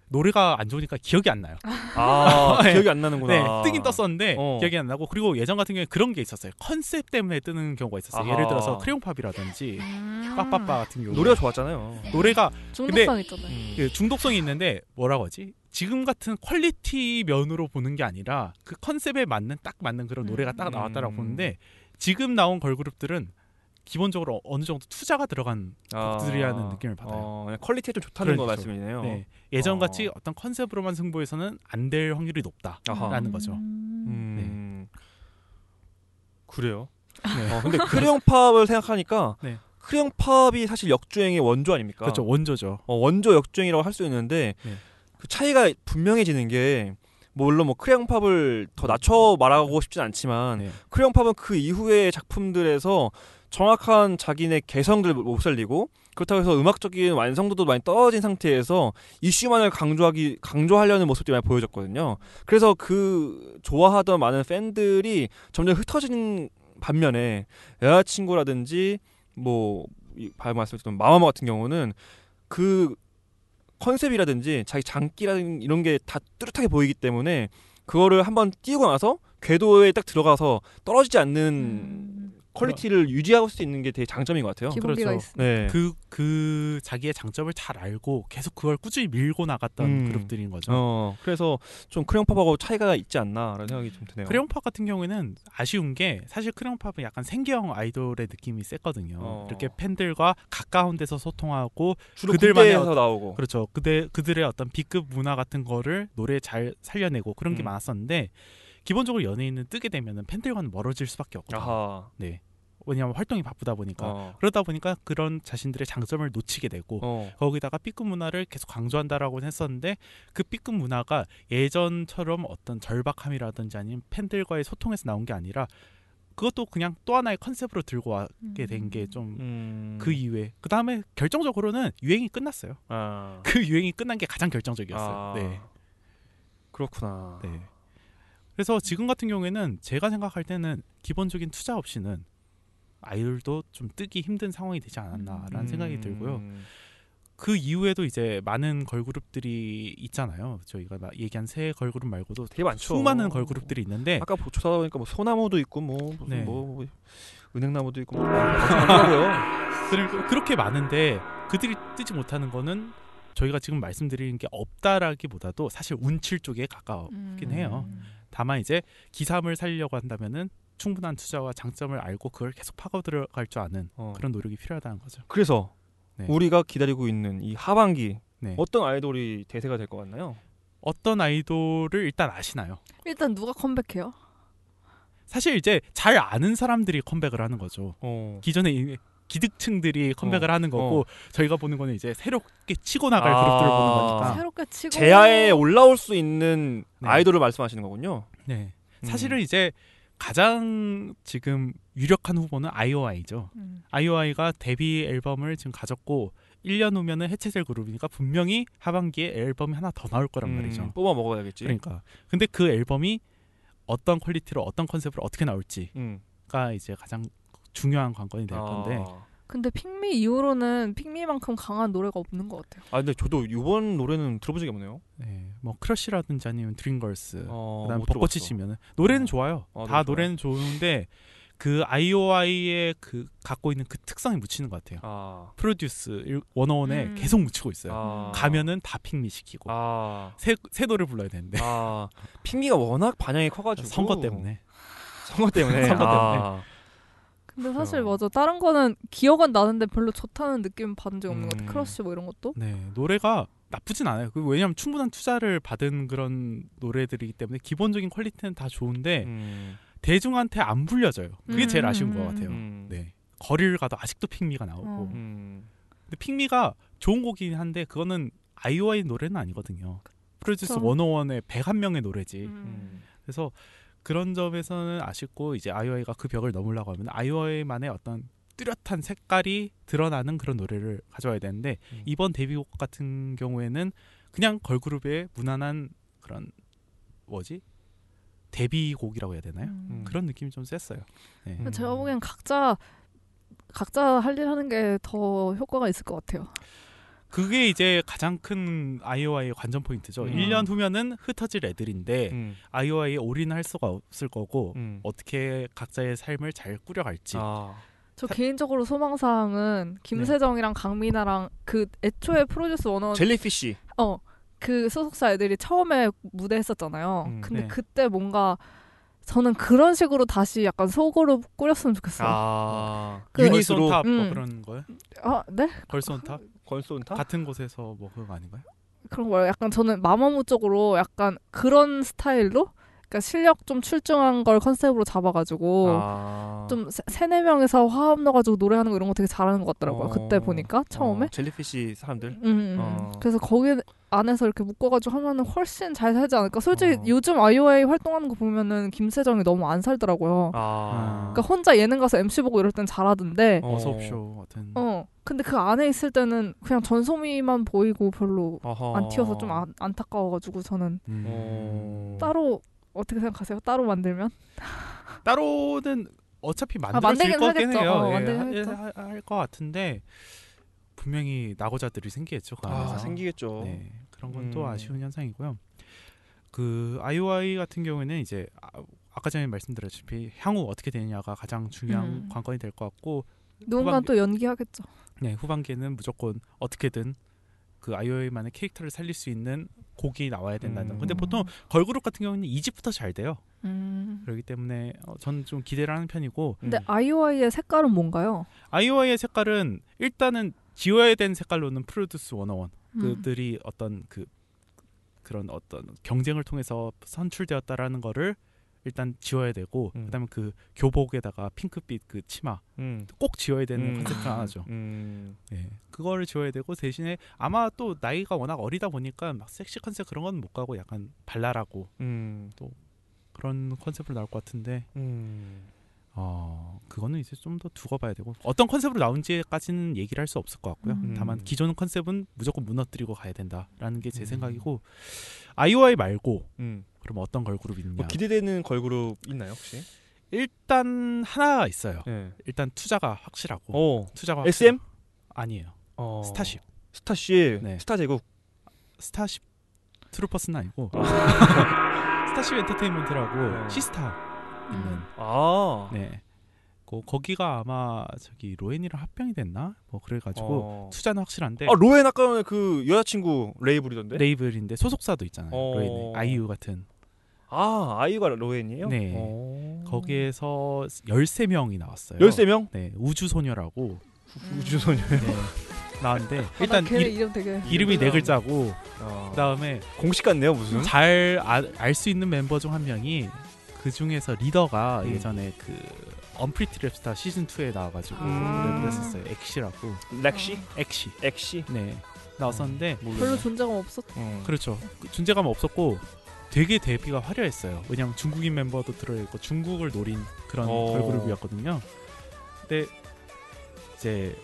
[SPEAKER 1] 노래가 안 좋으니까 기억이 안 나요.
[SPEAKER 3] 아
[SPEAKER 1] 네.
[SPEAKER 3] 기억이 안 나는구나.
[SPEAKER 1] 네, 뜨긴 떴었는데
[SPEAKER 3] 어.
[SPEAKER 1] 기억이 안 나고 그리고 예전 같은 경우에 그런 게 있었어요. 컨셉 때문에 뜨는 경우가 있었어요.
[SPEAKER 3] 아하.
[SPEAKER 1] 예를 들어서 크레용팝이라든지
[SPEAKER 3] 아.
[SPEAKER 1] 빠빠빠 같은 경우
[SPEAKER 3] 노래가 좋았잖아요. 음.
[SPEAKER 1] 노래가
[SPEAKER 4] 음. 중독성 있잖아요.
[SPEAKER 1] 그 중독성이 있는데 뭐라고 하지? 지금 같은 퀄리티 면으로 보는 게 아니라 그 컨셉에 맞는 딱 맞는 그런 노래가 딱 나왔다라고
[SPEAKER 3] 음.
[SPEAKER 1] 보는데 지금 나온 걸그룹들은 기본적으로 어느 정도 투자가 들어간 그 곡들이라는 느낌을 받아요.
[SPEAKER 3] 어, 그냥 퀄리티가 좀 좋다는 거
[SPEAKER 1] 그렇죠.
[SPEAKER 3] 말씀이네요.
[SPEAKER 1] 네, 예전같이
[SPEAKER 3] 어.
[SPEAKER 1] 어떤 컨셉으로만 승부해서는 안 될 확률이 높다라는
[SPEAKER 3] 아하.
[SPEAKER 1] 거죠.
[SPEAKER 4] 음.
[SPEAKER 3] 음. 그래요.
[SPEAKER 1] 네.
[SPEAKER 3] 어, 근데 크레용팝을 생각하니까
[SPEAKER 1] 네.
[SPEAKER 3] 크레용팝이 사실 역주행의 원조 아닙니까?
[SPEAKER 1] 그렇죠 원조죠.
[SPEAKER 3] 어, 원조 역주행이라고 할 수 있는데
[SPEAKER 1] 네.
[SPEAKER 3] 그 차이가 분명해지는 게 물론 뭐 크레용팝을 더 낮춰 말하고 싶진 않지만
[SPEAKER 1] 네.
[SPEAKER 3] 크레용팝은 그 이후의 작품들에서 정확한 자기네 개성들을 못 살리고 그렇다고 해서 음악적인 완성도도 많이 떨어진 상태에서 이슈만을 강조하기 강조하려는 모습들이 많이 보여졌거든요. 그래서 그 좋아하던 많은 팬들이 점점 흩어지는 반면에 여자친구라든지 뭐 이- 방금 말씀드렸던 마마마 같은 경우는 그 컨셉이라든지 자기 장기라든 이런 게 다 뚜렷하게 보이기 때문에 그거를 한번 띄우고 나서 궤도에 딱 들어가서 떨어지지 않는
[SPEAKER 1] 음.
[SPEAKER 4] 음.
[SPEAKER 3] 퀄리티를 유지할 수 있는 게 되게 장점인 것 같아요.
[SPEAKER 4] 기본기가
[SPEAKER 1] 그래서
[SPEAKER 4] 있어.
[SPEAKER 3] 네.
[SPEAKER 1] 그, 그 자기의 장점을 잘 알고 계속 그걸 꾸준히 밀고 나갔던
[SPEAKER 3] 음.
[SPEAKER 1] 그룹들인 거죠.
[SPEAKER 3] 어, 그래서 좀 크레용팝하고 차이가 있지 않나라는 생각이 좀 드네요.
[SPEAKER 1] 크레용팝 같은 경우에는 아쉬운 게 사실 크레용팝은 약간 생계형 아이돌의 느낌이 셌거든요.
[SPEAKER 3] 어.
[SPEAKER 1] 이렇게 팬들과 가까운 데서 소통하고
[SPEAKER 3] 주로
[SPEAKER 1] 그들만의
[SPEAKER 3] 군대에서 나오고.
[SPEAKER 1] 그렇죠. 그대 그들의 어떤 B급 문화 같은 거를 노래에 잘 살려내고 그런 게
[SPEAKER 3] 음.
[SPEAKER 1] 많았었는데 기본적으로 연예인은 뜨게 되면은 팬들과는 멀어질 수밖에 없거든요.
[SPEAKER 3] 아하.
[SPEAKER 1] 네. 왜냐하면 활동이 바쁘다 보니까
[SPEAKER 3] 어.
[SPEAKER 1] 그러다 보니까 그런 자신들의 장점을 놓치게 되고
[SPEAKER 3] 어.
[SPEAKER 1] 거기다가 B급 문화를 계속 강조한다라고 했었는데 그 B급 문화가 예전처럼 어떤 절박함이라든지 아니면 팬들과의 소통에서 나온 게 아니라 그것도 그냥 또 하나의 컨셉으로 들고 왔게 된 게 좀 그
[SPEAKER 3] 음.
[SPEAKER 1] 이외 그 다음에 결정적으로는 유행이 끝났어요
[SPEAKER 3] 아.
[SPEAKER 1] 그 유행이 끝난 게 가장 결정적이었어요
[SPEAKER 3] 아.
[SPEAKER 1] 네.
[SPEAKER 3] 그렇구나.
[SPEAKER 1] 네 그래서 지금 같은 경우에는 제가 생각할 때는 기본적인 투자 없이는 아이돌도 좀 뜨기 힘든 상황이 되지 않았나라는 생각이 들고요
[SPEAKER 3] 음.
[SPEAKER 1] 그 이후에도 이제 많은 걸그룹들이 있잖아요. 저희가 막 얘기한 새 걸그룹 말고도
[SPEAKER 3] 되게 많죠.
[SPEAKER 1] 수많은 걸그룹들이 있는데
[SPEAKER 3] 네. 아까 보- 조사하다 보니까 뭐 소나무도 있고 뭐 무슨
[SPEAKER 1] 네.
[SPEAKER 3] 뭐 은행나무도 있고 뭐 많더라고요.
[SPEAKER 1] 그러니까 그렇게 많은데 그들이 뜨지 못하는 거는 저희가 지금 말씀드리는 게 없다라기보다도 사실 운칠 쪽에
[SPEAKER 4] 음.
[SPEAKER 1] 가까웠긴 해요. 다만 이제 기삼을 살려고 한다면은 충분한 투자와 장점을 알고 그걸 계속 파고 들어갈 줄 아는
[SPEAKER 3] 어.
[SPEAKER 1] 그런 노력이 필요하다는 거죠.
[SPEAKER 3] 그래서
[SPEAKER 1] 네.
[SPEAKER 3] 우리가 기다리고 있는 이 하반기
[SPEAKER 1] 네.
[SPEAKER 3] 어떤 아이돌이 대세가 될 것 같나요?
[SPEAKER 1] 어떤 아이돌을 일단 아시나요?
[SPEAKER 4] 일단 누가 컴백해요?
[SPEAKER 1] 사실 이제 잘 아는 사람들이 컴백을 하는 거죠.
[SPEAKER 3] 어.
[SPEAKER 1] 기존에 이- 기득층들이 컴백을 하는 거고
[SPEAKER 3] 어.
[SPEAKER 1] 저희가 보는 거는 이제 새롭게 치고 나갈
[SPEAKER 3] 아.
[SPEAKER 1] 그룹들을 보는 거니까
[SPEAKER 4] 새롭게 치고
[SPEAKER 3] 제아에 올라올 수 있는
[SPEAKER 1] 네.
[SPEAKER 3] 아이돌을 말씀하시는 거군요.
[SPEAKER 1] 네.
[SPEAKER 3] 음.
[SPEAKER 1] 사실은 이제 가장 지금 유력한 후보는 아이오아이죠
[SPEAKER 4] 음.
[SPEAKER 1] 아이오아이가 데뷔 앨범을 지금 가졌고 1년 후면은 해체될 그룹이니까 분명히 하반기에 앨범이 하나 더 나올 거란
[SPEAKER 3] 음,
[SPEAKER 1] 말이죠
[SPEAKER 3] 뽑아 먹어야겠지.
[SPEAKER 1] 그러니까 근데 그 앨범이 어떤 퀄리티로 어떤 컨셉으로 어떻게 나올지가
[SPEAKER 3] 음.
[SPEAKER 1] 이제 가장 중요한 관건이 될 건데
[SPEAKER 3] 아.
[SPEAKER 4] 근데 핑미 이후로는 핑미만큼 강한 노래가 없는 것 같아요.
[SPEAKER 3] 아 근데 저도 이번 노래는 들어본 적이 없네요.
[SPEAKER 1] 네, 뭐 크러쉬라든지 아니면 드림걸스
[SPEAKER 3] 어,
[SPEAKER 1] 네. 그다음
[SPEAKER 3] 못
[SPEAKER 1] 벚꽃이
[SPEAKER 3] 들어봤어.
[SPEAKER 1] 지면은 노래는
[SPEAKER 3] 어.
[SPEAKER 1] 좋아요.
[SPEAKER 3] 어,
[SPEAKER 1] 다
[SPEAKER 3] 노래 좋아요.
[SPEAKER 1] 노래는 좋은데 그 IOI의 그 갖고 있는 그 특성이 묻히는 것 같아요.
[SPEAKER 3] 아.
[SPEAKER 1] 프로듀스 일- 원어원에
[SPEAKER 4] 음.
[SPEAKER 1] 계속 묻히고 있어요.
[SPEAKER 3] 아.
[SPEAKER 1] 네. 가면은 다 핑미 시키고
[SPEAKER 3] 아.
[SPEAKER 1] 새, 새 노래 불러야 되는데
[SPEAKER 3] 아. 핑계가 워낙 반향이 커가지고
[SPEAKER 1] 선거 때문에
[SPEAKER 3] 선거 때문에.
[SPEAKER 1] 선거
[SPEAKER 3] 아.
[SPEAKER 4] 근데 사실
[SPEAKER 3] 그래요.
[SPEAKER 4] 맞아 다른 거는 기억은 나는데 별로 좋다는 느낌 받은 적 없는 것
[SPEAKER 3] 음.
[SPEAKER 4] 같아. 크러쉬 뭐 이런 것도.
[SPEAKER 1] 네 노래가 나쁘진 않아요. 그 왜냐하면 충분한 투자를 받은 그런 노래들이기 때문에 기본적인 퀄리티는 다 좋은데
[SPEAKER 3] 음.
[SPEAKER 1] 대중한테 안 불려져요. 그게 제일
[SPEAKER 4] 음,
[SPEAKER 1] 아쉬운 것
[SPEAKER 4] 음,
[SPEAKER 1] 같아요.
[SPEAKER 3] 음.
[SPEAKER 1] 네 거리를 가도 아직도 핑미가 나오고
[SPEAKER 4] 어.
[SPEAKER 3] 음.
[SPEAKER 1] 근데 핑미가 좋은 곡이긴 한데 그거는 아이오아이 노래는 아니거든요. 프로듀스
[SPEAKER 4] 그쵸.
[SPEAKER 1] 101의 101명의 노래지.
[SPEAKER 4] 음.
[SPEAKER 1] 그래서 그런 점에서는 아쉽고 이제 아이오아이가 그 벽을 넘으려고 하면 아이오아이만의 어떤 뚜렷한 색깔이 드러나는 그런 노래를 가져와야 되는데
[SPEAKER 3] 음.
[SPEAKER 1] 이번 데뷔곡 같은 경우에는 그냥 걸그룹의 무난한 그런 뭐지 데뷔곡이라고 해야 되나요?
[SPEAKER 4] 음.
[SPEAKER 1] 그런 느낌이 좀 셌어요. 네.
[SPEAKER 3] 음.
[SPEAKER 4] 제가 보기엔 각자 각자 할 일 하는 게 더 효과가 있을 것 같아요.
[SPEAKER 1] 그게 이제 가장 큰 아이오아이의 관전 포인트죠.
[SPEAKER 3] 음.
[SPEAKER 1] 1년 후면은 흩어질 애들인데
[SPEAKER 3] 음.
[SPEAKER 1] 아이오아이에 올인할 수가 없을 거고
[SPEAKER 3] 음.
[SPEAKER 1] 어떻게 각자의 삶을 잘 꾸려갈지
[SPEAKER 3] 아.
[SPEAKER 4] 저 개인적으로 소망사항은 김세정이랑 강민아랑 그 애초에 프로듀스 원원
[SPEAKER 3] 젤리피쉬.
[SPEAKER 4] 어그 소속사 애들이 처음에 무대 했었잖아요.
[SPEAKER 3] 음,
[SPEAKER 4] 근데
[SPEAKER 1] 네.
[SPEAKER 4] 그때 뭔가 저는 그런 식으로 다시 약간 소그룹 꾸렸으면 좋겠어요. 아,
[SPEAKER 3] 아.
[SPEAKER 4] 그-
[SPEAKER 3] 유닛으로
[SPEAKER 1] 걸손탑 뭐
[SPEAKER 4] 음.
[SPEAKER 1] 그런 거요?
[SPEAKER 4] 네?
[SPEAKER 1] 걸손탑
[SPEAKER 3] 걸쏜타?
[SPEAKER 1] 같은 곳에서 뭐 그런 거 아닌가요?
[SPEAKER 4] 그런 거예요. 약간 저는 마마무 쪽으로 약간 그런 스타일로 그러니까 실력 좀 출중한 걸 컨셉으로 잡아가지고
[SPEAKER 3] 아.
[SPEAKER 4] 좀 세- 세네 명에서 화합 넣어가지고 노래하는 거 이런 거 되게 잘하는 것 같더라고요.
[SPEAKER 3] 어.
[SPEAKER 4] 그때 보니까 처음에.
[SPEAKER 3] 어, 젤리피쉬 사람들.
[SPEAKER 4] 음, 음, 음.
[SPEAKER 3] 어.
[SPEAKER 4] 그래서 거기 안에서 이렇게 묶어가지고 하면은 훨씬 잘 살지 않을까. 솔직히
[SPEAKER 3] 어.
[SPEAKER 4] 요즘 아이오아이 활동하는 거 보면은 김세정이 너무 안 살더라고요.
[SPEAKER 3] 아.
[SPEAKER 4] 그러니까 혼자 예능 가서 MC 보고 이럴 땐 잘하던데. 어.
[SPEAKER 3] 어.
[SPEAKER 1] 어서옵쇼 같은
[SPEAKER 4] 근데 그 안에 있을 때는 그냥 전소미만 보이고 별로
[SPEAKER 3] 어허.
[SPEAKER 4] 안 튀어서 좀 아. 안, 안타까워가지고 저는
[SPEAKER 1] 음.
[SPEAKER 3] 어.
[SPEAKER 4] 따로 어떻게 생각하세요? 따로 만들면?
[SPEAKER 1] 따로는 어차피
[SPEAKER 4] 아,
[SPEAKER 1] 만들어질
[SPEAKER 4] 만들긴
[SPEAKER 1] 거긴
[SPEAKER 4] 하겠죠.
[SPEAKER 1] 해요.
[SPEAKER 4] 어,
[SPEAKER 1] 예,
[SPEAKER 4] 만들긴
[SPEAKER 1] 하- 예,
[SPEAKER 4] 하겠죠.
[SPEAKER 1] 할 것 같은데 분명히 낙오자들이 생기겠죠. 그 안에서.
[SPEAKER 3] 아, 생기겠죠.
[SPEAKER 1] 네, 그런 건 또
[SPEAKER 3] 음.
[SPEAKER 1] 아쉬운 현상이고요. 그 IOI 같은 경우에는 이제 아, 아까 전에 말씀드렸다시피 향후 어떻게 되느냐가 가장 중요한
[SPEAKER 4] 음.
[SPEAKER 1] 관건이 될 것 같고
[SPEAKER 4] 누군가
[SPEAKER 1] 후반기-
[SPEAKER 4] 또 연기하겠죠.
[SPEAKER 1] 네, 후반기에는 무조건 어떻게든 그 IOI만의 캐릭터를 살릴 수 있는 곡이 나와야 된다는.
[SPEAKER 3] 음.
[SPEAKER 1] 근데 보통 걸그룹 같은 경우는 2집부터 잘 돼요.
[SPEAKER 4] 음.
[SPEAKER 1] 그렇기 때문에 어, 저는 좀 기대를 하는 편이고
[SPEAKER 4] 근데 음. 아이오아이의 색깔은 뭔가요?
[SPEAKER 1] 아이오아이의 색깔은 일단은 지워야 된 색깔로는 프로듀스 101
[SPEAKER 4] 음.
[SPEAKER 1] 그들이 어떤 그 그런 어떤 경쟁을 통해서 선출되었다라는 거를 일단 지워야 되고
[SPEAKER 3] 음.
[SPEAKER 1] 그다음에 그 교복에다가 핑크빛 그 치마
[SPEAKER 3] 음.
[SPEAKER 1] 꼭 지워야 되는
[SPEAKER 3] 음.
[SPEAKER 1] 컨셉 중 하나죠.
[SPEAKER 3] 음.
[SPEAKER 1] 예. 그거를 지워야 되고 대신에 아마 또 나이가 워낙 어리다 보니까 막 섹시 컨셉 그런 건 못 가고 약간 발랄하고
[SPEAKER 3] 음.
[SPEAKER 1] 그런 컨셉으로 나올 것 같은데
[SPEAKER 3] 음.
[SPEAKER 1] 어, 그거는 이제 좀 더 두고 봐야 되고 어떤 컨셉으로 나온지까지는 얘기를 할 수 없을 것 같고요.
[SPEAKER 4] 음.
[SPEAKER 1] 그, 다만 기존 컨셉은 무조건 무너뜨리고 가야 된다라는 게 제
[SPEAKER 3] 음.
[SPEAKER 1] 생각이고 아이오아이 말고
[SPEAKER 3] 음.
[SPEAKER 1] 그럼 어떤 걸그룹이 있냐?
[SPEAKER 3] 뭐 기대되는 걸그룹 있나요, 혹시?
[SPEAKER 1] 일단 하나 있어요.
[SPEAKER 3] 네.
[SPEAKER 1] 일단 투자가 확실하고
[SPEAKER 3] 어.
[SPEAKER 1] 투자가 확실-
[SPEAKER 3] SM?
[SPEAKER 1] 아니에요.
[SPEAKER 3] 어.
[SPEAKER 1] 스타쉽.
[SPEAKER 3] 스타쉽.
[SPEAKER 1] 네.
[SPEAKER 3] 스타 제국.
[SPEAKER 1] 스타쉽 트루퍼스는 아니고 스타쉽 엔터테인먼트라고
[SPEAKER 3] 어.
[SPEAKER 1] 시스타
[SPEAKER 4] 음.
[SPEAKER 1] 있는
[SPEAKER 3] 아.
[SPEAKER 1] 네. 거- 거기가 아마 저기 로엔이랑 합병이 됐나? 뭐 그래가지고 네.
[SPEAKER 3] 어.
[SPEAKER 1] 투자는 확실한데
[SPEAKER 3] 아, 로엔 아까 전에 그 여자친구 레이블이던데?
[SPEAKER 1] 네. 레이블인데 소속사도 있잖아요.
[SPEAKER 3] 어.
[SPEAKER 1] 로엔의 아이유 같은
[SPEAKER 3] 아, 아이유가 로엔이에요?
[SPEAKER 1] 네.
[SPEAKER 3] 어.
[SPEAKER 1] 거기에서 13명이 나왔어요.
[SPEAKER 3] 13명? 음.
[SPEAKER 1] 네, 우주소녀라고
[SPEAKER 3] 우주소녀.
[SPEAKER 1] 네, 나왔는데 일단
[SPEAKER 4] 아, 걔
[SPEAKER 1] 이,
[SPEAKER 4] 이름 되게
[SPEAKER 1] 름이네 글자고
[SPEAKER 3] 어.
[SPEAKER 1] 그다음에
[SPEAKER 3] 공식 같네요, 무슨.
[SPEAKER 1] 잘 아, 알 수 있는 멤버 중 한 명이 그 중에서 리더가
[SPEAKER 3] 음.
[SPEAKER 1] 예전에 그 언프리티 랩스타 시즌 2에 나와가지고
[SPEAKER 4] 아.
[SPEAKER 3] 음.
[SPEAKER 1] 랩을 했었어요. 액시라고
[SPEAKER 3] 렉시?
[SPEAKER 1] 액시
[SPEAKER 3] 엑시?
[SPEAKER 1] 네 나왔었는데
[SPEAKER 4] 별로 존재감 없었.
[SPEAKER 3] 음.
[SPEAKER 1] 그렇죠. 그 존재감 없었고 되게 데뷔가 화려했어요. 그냥 중국인 멤버도 들어있고 중국을 노린 그런
[SPEAKER 3] 어.
[SPEAKER 1] 걸그룹이었거든요. 근데 이제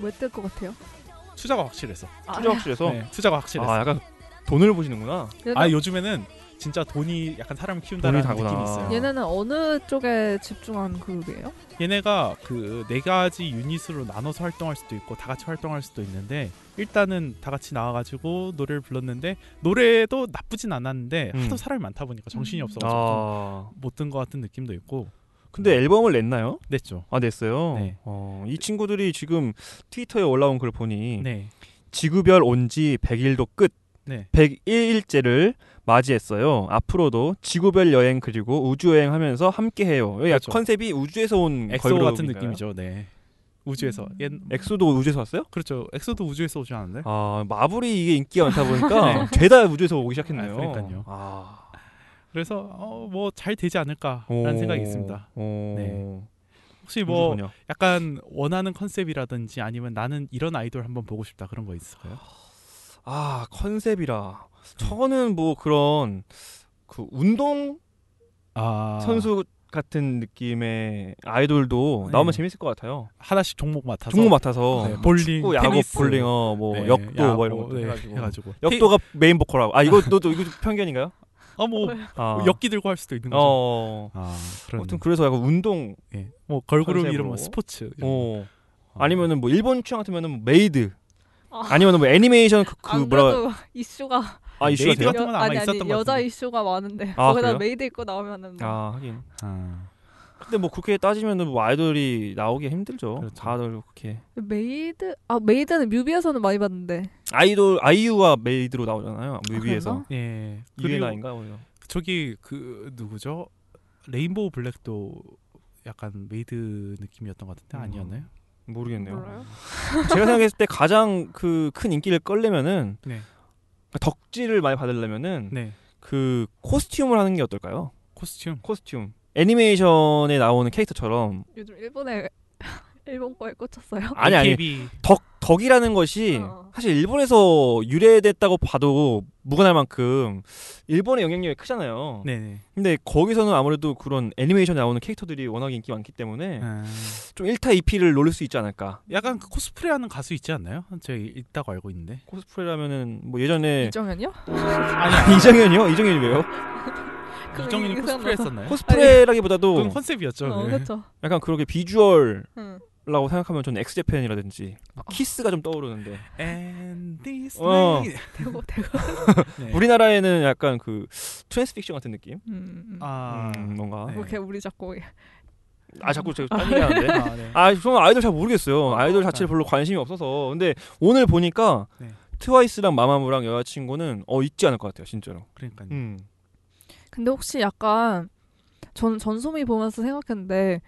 [SPEAKER 4] 왜 뜰 것 같아요?
[SPEAKER 1] 투자가 확실해서
[SPEAKER 4] 아.
[SPEAKER 3] 투자학실에서?
[SPEAKER 1] 네, 투자가 확실해서
[SPEAKER 3] 아, 약간 돈을 보시는구나.
[SPEAKER 4] 얘네,
[SPEAKER 1] 아 요즘에는 진짜 돈이 약간 사람을 키운다는
[SPEAKER 3] 돈이 다구나.
[SPEAKER 1] 느낌이 있어요.
[SPEAKER 4] 얘네는 어느 쪽에 집중한 그룹이에요?
[SPEAKER 1] 얘네가 그 네 가지 유닛으로 나눠서 활동할 수도 있고 다 같이 활동할 수도 있는데 일단은 다 같이 나와가지고 노래를 불렀는데 노래도 나쁘진 않았는데
[SPEAKER 3] 음.
[SPEAKER 1] 하도 사람이 많다 보니까 정신이
[SPEAKER 4] 음.
[SPEAKER 1] 없어가지고
[SPEAKER 3] 아.
[SPEAKER 1] 못든 것 같은 느낌도 있고
[SPEAKER 3] 근데 앨범을 냈나요?
[SPEAKER 1] 냈죠.
[SPEAKER 3] 아, 냈어요.
[SPEAKER 1] 네.
[SPEAKER 3] 어, 이 친구들이 지금 트위터에 올라온 글 보니
[SPEAKER 1] 네.
[SPEAKER 3] 지구별 온 지 100일도 끝.
[SPEAKER 1] 네.
[SPEAKER 3] 101일째를 맞이했어요. 앞으로도 지구별 여행 그리고 우주 여행하면서 함께해요. 여기
[SPEAKER 1] 그렇죠.
[SPEAKER 3] 컨셉이 우주에서 온
[SPEAKER 1] 엑소
[SPEAKER 3] 음. 걸그룹인가요?
[SPEAKER 1] 같은 느낌이죠. 네. 우주에서 옛
[SPEAKER 3] 엑소도 우주에서 왔어요?
[SPEAKER 1] 그렇죠. 엑소도 우주에서 오지 않았나요?
[SPEAKER 3] 아 마블이 이게 인기가 많다 보니까 죄다 우주에서 오기 시작했네요.
[SPEAKER 1] 네. 아, 그러니까요.
[SPEAKER 3] 아.
[SPEAKER 1] 그래서 어, 뭐 잘 되지 않을까라는
[SPEAKER 3] 오.
[SPEAKER 1] 생각이 있습니다.
[SPEAKER 3] 오.
[SPEAKER 1] 네. 혹시
[SPEAKER 3] 우주
[SPEAKER 1] 뭐
[SPEAKER 3] 소녀.
[SPEAKER 1] 약간 원하는 컨셉이라든지 아니면 나는 이런 아이돌 한번 보고 싶다 그런 거 있을까요?
[SPEAKER 3] 아 컨셉이라
[SPEAKER 1] 음.
[SPEAKER 3] 저는 뭐 그런 그 운동
[SPEAKER 1] 아
[SPEAKER 3] 선수 같은 느낌의 아이돌도
[SPEAKER 1] 네.
[SPEAKER 3] 나오면 재밌을 것 같아요.
[SPEAKER 1] 하나씩 종목 맡아서
[SPEAKER 3] 종목 맡아서
[SPEAKER 1] 네, 볼링,
[SPEAKER 3] 어, 축구, 야구,
[SPEAKER 1] 테니스.
[SPEAKER 3] 볼링, 어, 뭐
[SPEAKER 1] 네,
[SPEAKER 3] 역도
[SPEAKER 1] 야구,
[SPEAKER 3] 뭐 이런 것도
[SPEAKER 1] 네,
[SPEAKER 3] 해가지고.
[SPEAKER 1] 해가지고
[SPEAKER 3] 역도가 메인 보컬하고 아 이거 너도 이거 좀 편견인가요?
[SPEAKER 1] 어뭐 그
[SPEAKER 3] 아.
[SPEAKER 1] 역기 들고 할 수도 있는 거죠.
[SPEAKER 3] 어.
[SPEAKER 1] 아, 그런.
[SPEAKER 3] 아무튼 그래서 약간 운동
[SPEAKER 1] 예. 뭐 걸그룹
[SPEAKER 3] 컨셉으로.
[SPEAKER 1] 이름은 스포츠. 이런 거.
[SPEAKER 3] 어. 아니면은 뭐 일본 취향 같으면은 뭐 메이드
[SPEAKER 4] 아.
[SPEAKER 3] 아니면은 뭐 애니메이션 그, 그
[SPEAKER 4] 안
[SPEAKER 3] 뭐라
[SPEAKER 4] 그래도 이슈가
[SPEAKER 3] 아 이슈가
[SPEAKER 1] 메이드
[SPEAKER 3] 돼요?
[SPEAKER 1] 같은 건 아마
[SPEAKER 4] 아니 아니
[SPEAKER 1] 있었던 것
[SPEAKER 4] 여자
[SPEAKER 1] 같은데.
[SPEAKER 4] 이슈가 많은데
[SPEAKER 3] 아,
[SPEAKER 4] 거기다
[SPEAKER 3] 그래요?
[SPEAKER 4] 메이드 입고 나오면은 뭐
[SPEAKER 3] 아 하긴
[SPEAKER 1] 아.
[SPEAKER 3] 근데 뭐 그렇게 따지면은 뭐 아이돌이 나오기 힘들죠
[SPEAKER 1] 그렇죠.
[SPEAKER 3] 다들 그렇게
[SPEAKER 4] 메이드 아 메이드는 뮤비에서는 많이 봤는데
[SPEAKER 3] 아이돌 아이유와 메이드로 나오잖아요 뮤비에서
[SPEAKER 1] 예. 그리고
[SPEAKER 3] 유엔아인가 뭐
[SPEAKER 1] 저기 그 누구죠? 레인보우 블랙도 약간 메이드 느낌이었던 것 같은데
[SPEAKER 3] 음.
[SPEAKER 1] 아니었나요?
[SPEAKER 3] 모르겠네요
[SPEAKER 4] 몰라요.
[SPEAKER 3] 제가 생각했을 때 가장 그 큰 인기를 끌려면은
[SPEAKER 1] 네.
[SPEAKER 3] 덕질을 많이 받으려면은
[SPEAKER 1] 네.
[SPEAKER 3] 그 코스튬을 하는 게 어떨까요?
[SPEAKER 1] 코스튬.
[SPEAKER 3] 코스튬 애니메이션에 나오는 캐릭터처럼
[SPEAKER 1] 어,
[SPEAKER 4] 요즘 일본에 일본 거에 꽂혔어요.
[SPEAKER 3] 아니 아니
[SPEAKER 1] AKB.
[SPEAKER 3] 덕 덕이라는 것이
[SPEAKER 4] 어.
[SPEAKER 3] 사실 일본에서 유래됐다고 봐도 무관할 만큼 일본의 영향력이 크잖아요.
[SPEAKER 1] 네, 네.
[SPEAKER 3] 근데 거기서는 아무래도 그런 애니메이션에 나오는 캐릭터들이 워낙 인기 많기 때문에
[SPEAKER 1] 아.
[SPEAKER 3] 좀 1타 2피를 노릴 수 있지 않을까.
[SPEAKER 1] 약간 그 코스프레 하는 가수 있지 않나요? 제가 있다고 알고 있는데.
[SPEAKER 3] 코스프레라면은 뭐
[SPEAKER 1] 네.
[SPEAKER 3] 예전에
[SPEAKER 4] 이정현이요?
[SPEAKER 1] 아니,
[SPEAKER 3] 이정현이요? 이정현이 왜요?
[SPEAKER 4] 그거
[SPEAKER 1] 이정현이
[SPEAKER 4] 생각나서.
[SPEAKER 1] 코스프레 했었나요?
[SPEAKER 3] 코스프레라기보다도
[SPEAKER 1] 그건 컨셉이었죠.
[SPEAKER 4] 어,
[SPEAKER 1] 네.
[SPEAKER 4] 그렇죠.
[SPEAKER 3] 약간 그렇게 비주얼
[SPEAKER 4] 응.
[SPEAKER 3] 라고 생각하면 저는 엑스제팬이라든지 뭐 키스가 좀 떠오르는데
[SPEAKER 1] And this
[SPEAKER 3] 어.
[SPEAKER 1] night.
[SPEAKER 4] 대고 대고.
[SPEAKER 1] 네.
[SPEAKER 3] 우리나라에는 약간 그 트랜스픽션 같은 느낌
[SPEAKER 4] 음. 아.
[SPEAKER 1] 아.
[SPEAKER 3] 음, 뭔가
[SPEAKER 1] 네.
[SPEAKER 4] 그렇게 우리 자꾸
[SPEAKER 3] 아 자꾸 제가 딴 얘기하는데
[SPEAKER 1] 아, 네.
[SPEAKER 3] 아 저는 아이돌 잘 모르겠어요 아이돌 자체를
[SPEAKER 1] 아.
[SPEAKER 3] 별로 관심이 없어서 근데 오늘 보니까
[SPEAKER 1] 네.
[SPEAKER 3] 트와이스랑 마마무랑 여자친구는 어 있지 않을 것 같아요 진짜로
[SPEAKER 1] 그러니까요.
[SPEAKER 3] 음.
[SPEAKER 4] 근데 혹시 약간 전 전소미 보면서 생각했는데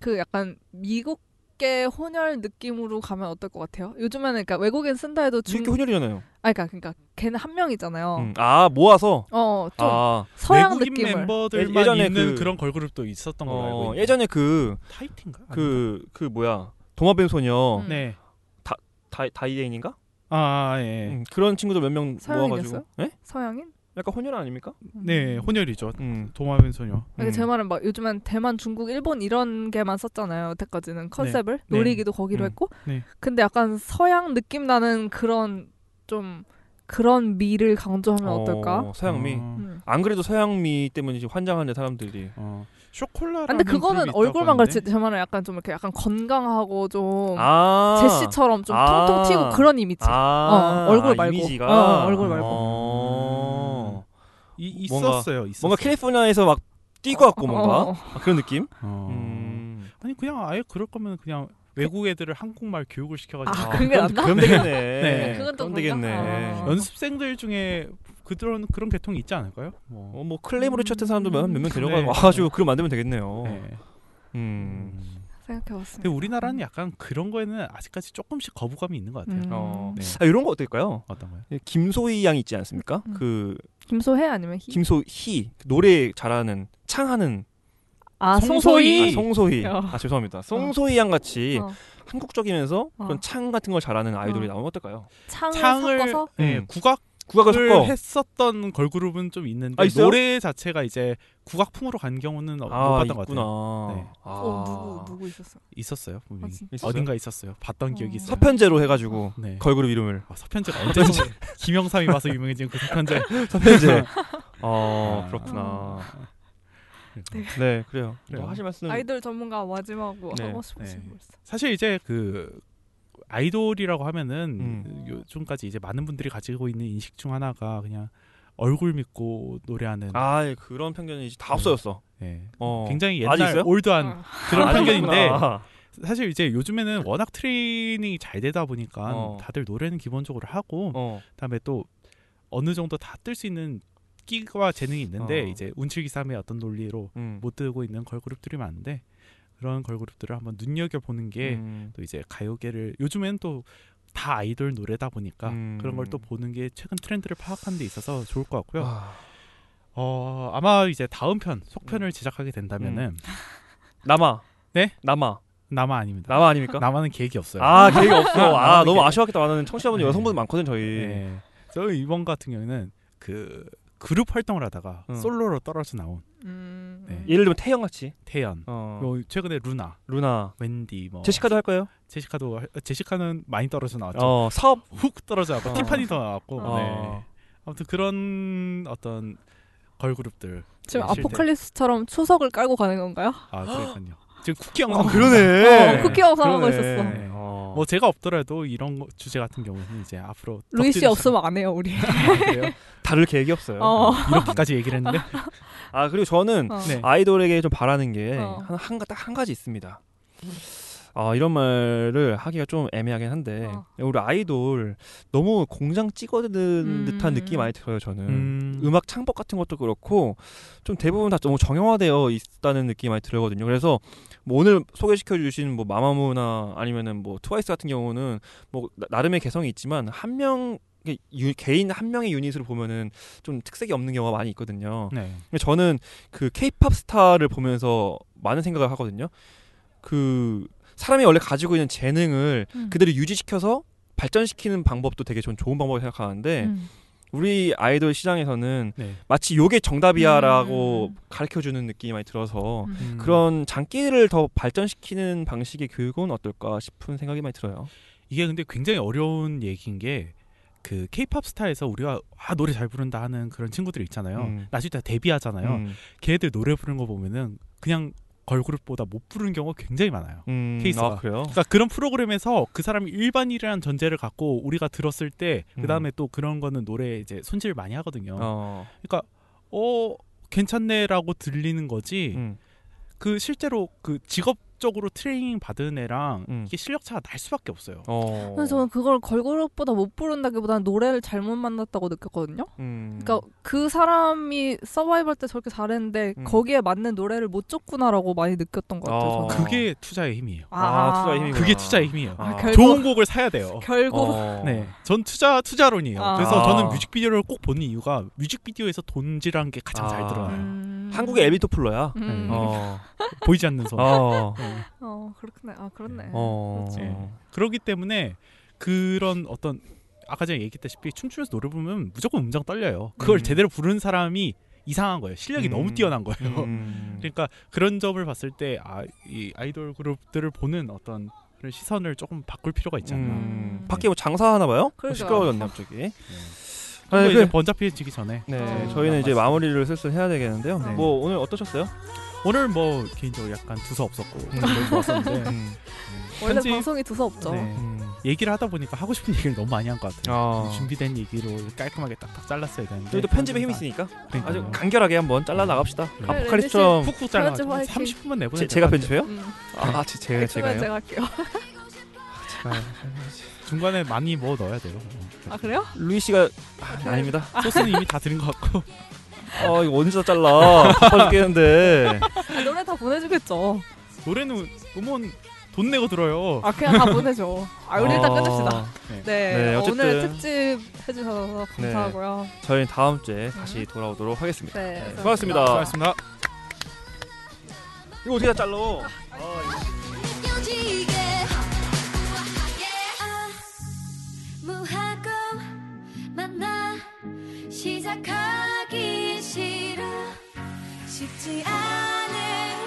[SPEAKER 4] 그 약간 미국계 혼혈 느낌으로 가면 어떨 것 같아요? 요즘에는 그러니까 외국인 쓴다 해도 중
[SPEAKER 3] 이렇게 혼혈이잖아요
[SPEAKER 4] 아 그러니까 그러니까 걔는 한 명이잖아요.
[SPEAKER 3] 음. 아 모아서
[SPEAKER 4] 어, 좀
[SPEAKER 3] 아
[SPEAKER 4] 서양
[SPEAKER 1] 외국인
[SPEAKER 4] 느낌을.
[SPEAKER 1] 멤버들만
[SPEAKER 3] 예- 예전에
[SPEAKER 1] 있는
[SPEAKER 3] 그-
[SPEAKER 1] 그... 런 걸그룹도 있었던 걸로 알고
[SPEAKER 3] 어,
[SPEAKER 1] 있는데.
[SPEAKER 3] 예전에 그
[SPEAKER 1] 타이틴가?
[SPEAKER 3] 그 그 뭐야 도마뱀 소녀
[SPEAKER 4] 음.
[SPEAKER 1] 네.
[SPEAKER 3] 다, 다이데인인가
[SPEAKER 1] 아
[SPEAKER 4] 네.
[SPEAKER 1] 예.
[SPEAKER 3] 음, 그런 친구들 몇 명 모아가지고
[SPEAKER 4] 서양인이었어요?
[SPEAKER 3] 네?
[SPEAKER 4] 서양인?
[SPEAKER 3] 약간 혼혈 아닙니까
[SPEAKER 4] 음.
[SPEAKER 1] 네 혼혈이죠.
[SPEAKER 3] 음.
[SPEAKER 1] 도마뱀 소녀.
[SPEAKER 4] 그러니까 제
[SPEAKER 3] 음.
[SPEAKER 4] 말은 막 요즘엔 대만, 중국, 일본 이런 게만 썼잖아요. 여태까지는 컨셉을
[SPEAKER 1] 네.
[SPEAKER 4] 노리기도 거기로
[SPEAKER 3] 음.
[SPEAKER 4] 했고.
[SPEAKER 1] 네.
[SPEAKER 4] 근데 약간 서양 느낌 나는 그런 좀 그런 미를 강조하면 어떨까?
[SPEAKER 3] 어, 서양미
[SPEAKER 1] 어.
[SPEAKER 4] 음.
[SPEAKER 3] 안 그래도 서양미 때문에 지금 환장하는데 사람들이
[SPEAKER 1] 어. 쇼콜라.
[SPEAKER 4] 아, 근데 그거는 얼굴만 그렇지 제 말은 약간 좀 이렇게 약간 건강하고 좀
[SPEAKER 3] 아
[SPEAKER 4] 어. 제시처럼 좀
[SPEAKER 3] 아.
[SPEAKER 4] 통통 튀고 그런 이미지.
[SPEAKER 3] 아,
[SPEAKER 4] 어, 얼굴
[SPEAKER 3] 아,
[SPEAKER 4] 말고.
[SPEAKER 3] 이미지가
[SPEAKER 4] 어, 얼굴 말고. 음.
[SPEAKER 3] 어.
[SPEAKER 1] 이,
[SPEAKER 3] 뭔가-
[SPEAKER 1] 있었어요. 있었어요.
[SPEAKER 3] 뭔가 캘리포니아에서 막 뛰고 왔고 뭔가
[SPEAKER 4] 어.
[SPEAKER 3] 아, 그런 느낌
[SPEAKER 1] 어.
[SPEAKER 3] 음.
[SPEAKER 1] 아니 그냥 아예 그럴 거면 그냥 외국 애들을 한국말 교육을 시켜가지고
[SPEAKER 4] 아, 그게 낫나?
[SPEAKER 3] 그럼 되겠네
[SPEAKER 1] 네.
[SPEAKER 4] 그건 또
[SPEAKER 3] 그럼
[SPEAKER 4] 그런가?
[SPEAKER 3] 되겠네
[SPEAKER 4] 아.
[SPEAKER 1] 연습생들 중에 그런 그런 계통이 있지 않을까요? 뭐.
[SPEAKER 3] 어, 뭐 클레이모를 쳤던 사람도 몇명
[SPEAKER 4] 음.
[SPEAKER 3] 데려가지고
[SPEAKER 1] 네.
[SPEAKER 3] 와가지고 그걸 만들면
[SPEAKER 4] 어.
[SPEAKER 3] 되겠네요
[SPEAKER 1] 네.
[SPEAKER 3] 음.
[SPEAKER 1] 근데
[SPEAKER 4] 생각해봤습니다.
[SPEAKER 1] 우리나라는 약간 그런 거에는 아직까지 조금씩 거부감이 있는 것 같아요.
[SPEAKER 4] 음.
[SPEAKER 3] 어.
[SPEAKER 1] 네.
[SPEAKER 3] 아, 이런 거 어떨까요? 예,
[SPEAKER 1] 어떤 거요?
[SPEAKER 3] 김소희 양 있지 않습니까?
[SPEAKER 4] 음.
[SPEAKER 3] 그
[SPEAKER 4] 김소혜 아니면 희?
[SPEAKER 3] 김소희 그 노래 잘하는 창하는
[SPEAKER 4] 아
[SPEAKER 1] 송소희.
[SPEAKER 4] 송소희.
[SPEAKER 3] 아, 송소희
[SPEAKER 4] 어.
[SPEAKER 3] 아 죄송합니다 송소희 양 같이
[SPEAKER 4] 어.
[SPEAKER 3] 한국적이면서 그런
[SPEAKER 4] 어.
[SPEAKER 3] 창 같은 걸 잘하는 아이돌이
[SPEAKER 4] 어.
[SPEAKER 3] 나오면 어떨까요?
[SPEAKER 4] 창을,
[SPEAKER 1] 창을
[SPEAKER 4] 섞어서
[SPEAKER 1] 네,
[SPEAKER 3] 음.
[SPEAKER 1] 국악
[SPEAKER 3] 국악을 섞어
[SPEAKER 1] 을 했었던 걸그룹은 좀 있는데
[SPEAKER 3] 아, 있어요?
[SPEAKER 1] 노래 자체가 이제 국악풍으로 간 경우는 어- 못
[SPEAKER 3] 아
[SPEAKER 1] 봤던 것
[SPEAKER 3] 있구나
[SPEAKER 1] 같아요. 네.
[SPEAKER 3] 아.
[SPEAKER 4] 어 누구 누구 있었어?
[SPEAKER 1] 있었어요 분명히
[SPEAKER 4] 아, 진짜?
[SPEAKER 3] 있었어요?
[SPEAKER 1] 어딘가 있었어요. 봤던
[SPEAKER 4] 어.
[SPEAKER 1] 기억이 있어요.
[SPEAKER 3] 서편제로 해가지고
[SPEAKER 1] 네.
[SPEAKER 3] 걸그룹 이름을
[SPEAKER 1] 아, 서편제가 언제쯤 김영삼이 와서 유명해진 그 네. 서편제.
[SPEAKER 3] 서편제 어
[SPEAKER 1] 아.
[SPEAKER 3] 그렇구나
[SPEAKER 1] 네.
[SPEAKER 3] 네 그래요
[SPEAKER 1] 그래요.
[SPEAKER 3] 뭐 하실 말씀
[SPEAKER 4] 아이돌 전문가 마지막으로
[SPEAKER 3] 네.
[SPEAKER 4] 하고 싶으신
[SPEAKER 1] 네.
[SPEAKER 4] 거 있어?
[SPEAKER 1] 사실 이제 그 아이돌이라고 하면은
[SPEAKER 3] 음.
[SPEAKER 1] 요즘까지 이제 많은 분들이 가지고 있는 인식 중 하나가 그냥 얼굴 믿고 노래하는
[SPEAKER 3] 아 예, 그런 편견이 이제 다
[SPEAKER 1] 네.
[SPEAKER 3] 없어졌어
[SPEAKER 1] 네.
[SPEAKER 3] 어.
[SPEAKER 1] 굉장히
[SPEAKER 3] 아직
[SPEAKER 1] 옛날
[SPEAKER 3] 있어요?
[SPEAKER 1] 올드한
[SPEAKER 4] 어.
[SPEAKER 1] 그런
[SPEAKER 3] 아,
[SPEAKER 1] 편견인데
[SPEAKER 3] 아니구나.
[SPEAKER 1] 사실 이제 요즘에는 워낙 트레이닝이 잘 되다 보니까
[SPEAKER 3] 어.
[SPEAKER 1] 다들 노래는 기본적으로 하고
[SPEAKER 3] 어.
[SPEAKER 1] 그다음에 또 어느 정도 다 뜰 수 있는 끼와 재능이 있는데
[SPEAKER 3] 어.
[SPEAKER 1] 이제 운칠기삼의 어떤 논리로
[SPEAKER 3] 음.
[SPEAKER 1] 못 뜨고 있는 걸그룹들이 많은데 그런 걸그룹들을 한번 눈여겨 보는 게 또
[SPEAKER 3] 음.
[SPEAKER 1] 이제 가요계를 요즘엔 또 다 아이돌 노래다 보니까
[SPEAKER 3] 음.
[SPEAKER 1] 그런 걸 또 보는 게 최근 트렌드를 파악하는 데 있어서 좋을 것 같고요.
[SPEAKER 3] 아.
[SPEAKER 1] 어
[SPEAKER 3] 음.
[SPEAKER 1] 아마 이제 다음 편 속편을 제작하게 된다면은
[SPEAKER 3] 남아
[SPEAKER 1] 네?
[SPEAKER 3] 남아
[SPEAKER 1] 남아 아닙니다.
[SPEAKER 3] 나만 아닙니까?
[SPEAKER 1] 남아는 계획이 없어요.
[SPEAKER 3] 아 계획이 없어. 아
[SPEAKER 1] 나만
[SPEAKER 3] 너무
[SPEAKER 1] 계획.
[SPEAKER 3] 아쉬웠겠다. 나는 청취자분들
[SPEAKER 1] 네.
[SPEAKER 3] 여성분 많거든 저희.
[SPEAKER 1] 예. 저 이번 같은 경우에는 그 그룹 활동을 하다가
[SPEAKER 3] 음.
[SPEAKER 1] 솔로로 떨어져 나온
[SPEAKER 4] 음.
[SPEAKER 1] 네.
[SPEAKER 3] 예를 들면 태영 같이.
[SPEAKER 1] 태연,
[SPEAKER 3] 어.
[SPEAKER 1] 뭐 최근에 루나,
[SPEAKER 3] 루나.
[SPEAKER 1] 웬디, 뭐
[SPEAKER 3] 제시카도 할 거예요?
[SPEAKER 1] 제시카도 할- 제시카는 많이 떨어져 나왔죠.
[SPEAKER 3] 어 사업.
[SPEAKER 1] 훅 떨어져 나왔고
[SPEAKER 3] 어.
[SPEAKER 1] 티파니도 나왔고.
[SPEAKER 4] 어.
[SPEAKER 1] 네. 아무튼 그런 어떤 걸그룹들.
[SPEAKER 4] 지금
[SPEAKER 1] 네, 실제.
[SPEAKER 4] 아포칼립스처럼 추석을 깔고 가는 건가요?
[SPEAKER 1] 아 그러니까요. 지금 쿠키 영상.
[SPEAKER 3] 어, 그러네.
[SPEAKER 4] 어, 쿠키 영상 하고
[SPEAKER 3] 그러네.
[SPEAKER 4] 있었어.
[SPEAKER 1] 네.
[SPEAKER 3] 어.
[SPEAKER 1] 뭐 제가 없더라도 이런 거- 주제 같은 경우는 이제 앞으로
[SPEAKER 4] 루이 씨
[SPEAKER 1] 덕질을
[SPEAKER 4] 없으면 안 해요 우리.
[SPEAKER 1] 아, 그래요?
[SPEAKER 3] 다룰 계획이 없어요.
[SPEAKER 4] 어.
[SPEAKER 1] 이렇게까지 얘기를 했는데
[SPEAKER 3] 아 그리고 저는
[SPEAKER 4] 어.
[SPEAKER 1] 네.
[SPEAKER 3] 아이돌에게 좀 바라는 게 한
[SPEAKER 4] 어.
[SPEAKER 3] 한 딱 한 가지 있습니다. 아 이런 말을 하기가 좀 애매하긴 한데
[SPEAKER 4] 어.
[SPEAKER 3] 우리 아이돌 너무 공장 찍어드는
[SPEAKER 4] 음.
[SPEAKER 3] 듯한 느낌이 많이 들어요 저는
[SPEAKER 1] 음,
[SPEAKER 3] 음악 창법 같은 것도 그렇고 좀 대부분 다 너무 정형화되어 있다는 느낌이 많이 들거든요. 그래서 뭐 오늘 소개시켜 주신 뭐 마마무나 아니면은 뭐 트와이스 같은 경우는 뭐 나- 나름의 개성이 있지만 한 명그 개인 한 명의 유닛을 보면은 좀 특색이 없는 경우가 많이 있거든요.
[SPEAKER 1] 네.
[SPEAKER 3] 근데 저는 그 케이팝 스타를 보면서 많은 생각을 하거든요. 그 사람이 원래 가지고 있는 재능을
[SPEAKER 4] 음.
[SPEAKER 3] 그대로 유지시켜서 발전시키는 방법도 되게 전 좋은 방법이라고 생각하는데
[SPEAKER 4] 음.
[SPEAKER 3] 우리 아이돌 시장에서는
[SPEAKER 1] 네.
[SPEAKER 3] 마치 요게 정답이야라고
[SPEAKER 4] 음.
[SPEAKER 3] 가르쳐 주는 느낌이 많이 들어서
[SPEAKER 4] 음.
[SPEAKER 1] 음,
[SPEAKER 3] 그런 장기를 더 발전시키는 방식의 교육은 어떨까 싶은 생각이 많이 들어요.
[SPEAKER 1] 이게 근데 굉장히 어려운 얘기인 게 그 케이팝 스타에서 우리가 아 노래 잘 부른다 하는 그런 친구들 있잖아요.
[SPEAKER 3] 음.
[SPEAKER 1] 나중에 다 데뷔하잖아요.
[SPEAKER 3] 음.
[SPEAKER 1] 걔들 노래 부르는 거 보면은 그냥 걸그룹보다 못 부르는 경우가 굉장히 많아요.
[SPEAKER 3] 음,
[SPEAKER 1] 케이스가.
[SPEAKER 3] 아, 그래요?
[SPEAKER 1] 그러니까 그런 프로그램에서 그 사람이 일반이라는 전제를 갖고 우리가 들었을 때 그다음에 또 그런 거는 노래 이제 손질을 많이 하거든요.
[SPEAKER 3] 어.
[SPEAKER 1] 그러니까 어 괜찮네라고 들리는 거지.
[SPEAKER 3] 음.
[SPEAKER 1] 그 실제로 그 직업적으로 트레이닝 받은 애랑
[SPEAKER 3] 음.
[SPEAKER 1] 이게 실력 차가 날 수밖에 없어요.
[SPEAKER 3] 어.
[SPEAKER 4] 근데 저는 그걸 걸그룹보다 못 부른다기보다는 노래를 잘못 만났다고 느꼈거든요.
[SPEAKER 3] 음.
[SPEAKER 4] 그러니까 그 사람이 서바이벌 때 저렇게 잘했는데
[SPEAKER 3] 음.
[SPEAKER 4] 거기에 맞는 노래를 못 줬구나라고 많이 느꼈던 것 같아요.
[SPEAKER 3] 어.
[SPEAKER 4] 저는.
[SPEAKER 1] 그게 투자의 힘이에요.
[SPEAKER 3] 아, 투자의 힘이-
[SPEAKER 1] 그게 투자의 힘이에요.
[SPEAKER 3] 아,
[SPEAKER 4] 결국-
[SPEAKER 1] 좋은 곡을 사야 돼요.
[SPEAKER 4] 결국
[SPEAKER 3] 어.
[SPEAKER 1] 네, 전 투자 투자론이에요.
[SPEAKER 4] 아.
[SPEAKER 1] 그래서 저는 뮤직비디오를 꼭 보는 이유가 뮤직비디오에서 돈질한 게 가장 잘
[SPEAKER 3] 아.
[SPEAKER 1] 드러나요.
[SPEAKER 4] 음.
[SPEAKER 3] 한국의 그 엘비토플러야.
[SPEAKER 4] 음.
[SPEAKER 1] 네.
[SPEAKER 3] 어.
[SPEAKER 4] 어.
[SPEAKER 1] 보이지 않는 손.
[SPEAKER 3] 어.
[SPEAKER 4] 그렇네. 아 그렇네.
[SPEAKER 3] 어.
[SPEAKER 4] 그렇죠.
[SPEAKER 1] 네. 그렇기 때문에 그런 어떤 아까 전에 얘기했다시피 춤추면서 노래 부르면 무조건 음정 떨려요. 그걸
[SPEAKER 3] 음.
[SPEAKER 1] 제대로 부르는 사람이 이상한 거예요. 실력이
[SPEAKER 3] 음.
[SPEAKER 1] 너무 뛰어난 거예요.
[SPEAKER 3] 음.
[SPEAKER 1] 그러니까 그런 점을 봤을 때 아, 이 아이돌 그룹들을 보는 어떤 그런 시선을 조금 바꿀 필요가 있지 않나.
[SPEAKER 3] 음.
[SPEAKER 4] 네.
[SPEAKER 3] 밖에 뭐 장사하나 봐요?
[SPEAKER 4] 그러니까.
[SPEAKER 3] 시끄러워졌나 갑자기.
[SPEAKER 1] 좀더
[SPEAKER 3] 아, 그-
[SPEAKER 1] 이제 번잡해지기 전에
[SPEAKER 3] 네,
[SPEAKER 4] 어.
[SPEAKER 3] 저희는 이제 마무리를 슬슬 해야 되겠는데요.
[SPEAKER 1] 네.
[SPEAKER 3] 뭐 오늘 어떠셨어요?
[SPEAKER 1] 오늘 뭐 개인적으로 약간 두서 없었고
[SPEAKER 3] 음.
[SPEAKER 1] 되게 좋았었는데
[SPEAKER 3] 음.
[SPEAKER 4] 네. 원래
[SPEAKER 1] 편집-
[SPEAKER 4] 방송이 두서없죠.
[SPEAKER 1] 네. 얘기를 하다 보니까 하고 싶은 얘기를 너무 많이 한 것 같아요. 그
[SPEAKER 3] 아.
[SPEAKER 1] 준비된 얘기로 깔끔하게 딱딱 잘랐어야 되는데
[SPEAKER 3] 저희도 편집에 힘이 있으니까
[SPEAKER 1] 네, 그러니까요.
[SPEAKER 3] 아주 간결하게 한번 잘라 나갑시다.
[SPEAKER 1] 네.
[SPEAKER 3] 아포칼립스처럼
[SPEAKER 1] 푹푹
[SPEAKER 4] 편집
[SPEAKER 1] 잘라가지고
[SPEAKER 4] 화이팅.
[SPEAKER 1] 30분만 내보내.
[SPEAKER 3] 제, 제가 편집해요?
[SPEAKER 4] 음.
[SPEAKER 3] 아, 제, 제가
[SPEAKER 4] 제가
[SPEAKER 3] 제가요. 아,
[SPEAKER 4] 제가 할게요. 네.
[SPEAKER 1] 중간에 많이 뭐 넣어야 돼요. 어.
[SPEAKER 4] 아 그래요?
[SPEAKER 3] 루이 씨가
[SPEAKER 4] 네.
[SPEAKER 3] 아, 아닙니다.
[SPEAKER 1] 소스는 이미 다 드린 것 같고.
[SPEAKER 3] 아, 이거 언제 다 잘라? 바빠 죽겠는데.
[SPEAKER 4] 아, 노래 다 보내주겠죠.
[SPEAKER 1] 노래는 음원 돈 내고 들어요.
[SPEAKER 4] 아 그냥 다 보내줘. 아 우리 일단
[SPEAKER 3] 어,
[SPEAKER 4] 끝냅시다. 네,
[SPEAKER 3] 네, 어쨌든.
[SPEAKER 4] 오늘 특집 해주셔서 감사하고요.
[SPEAKER 3] 저희는 다음 주에 다시 돌아오도록 하겠습니다.
[SPEAKER 4] 네,
[SPEAKER 3] 네, 고맙습니다.
[SPEAKER 1] 수고하셨습니다.
[SPEAKER 3] 이거 어떻게 다 잘라?
[SPEAKER 2] 느껴지게 아, 무하고 만나 시작하기 싫어 쉽지 않은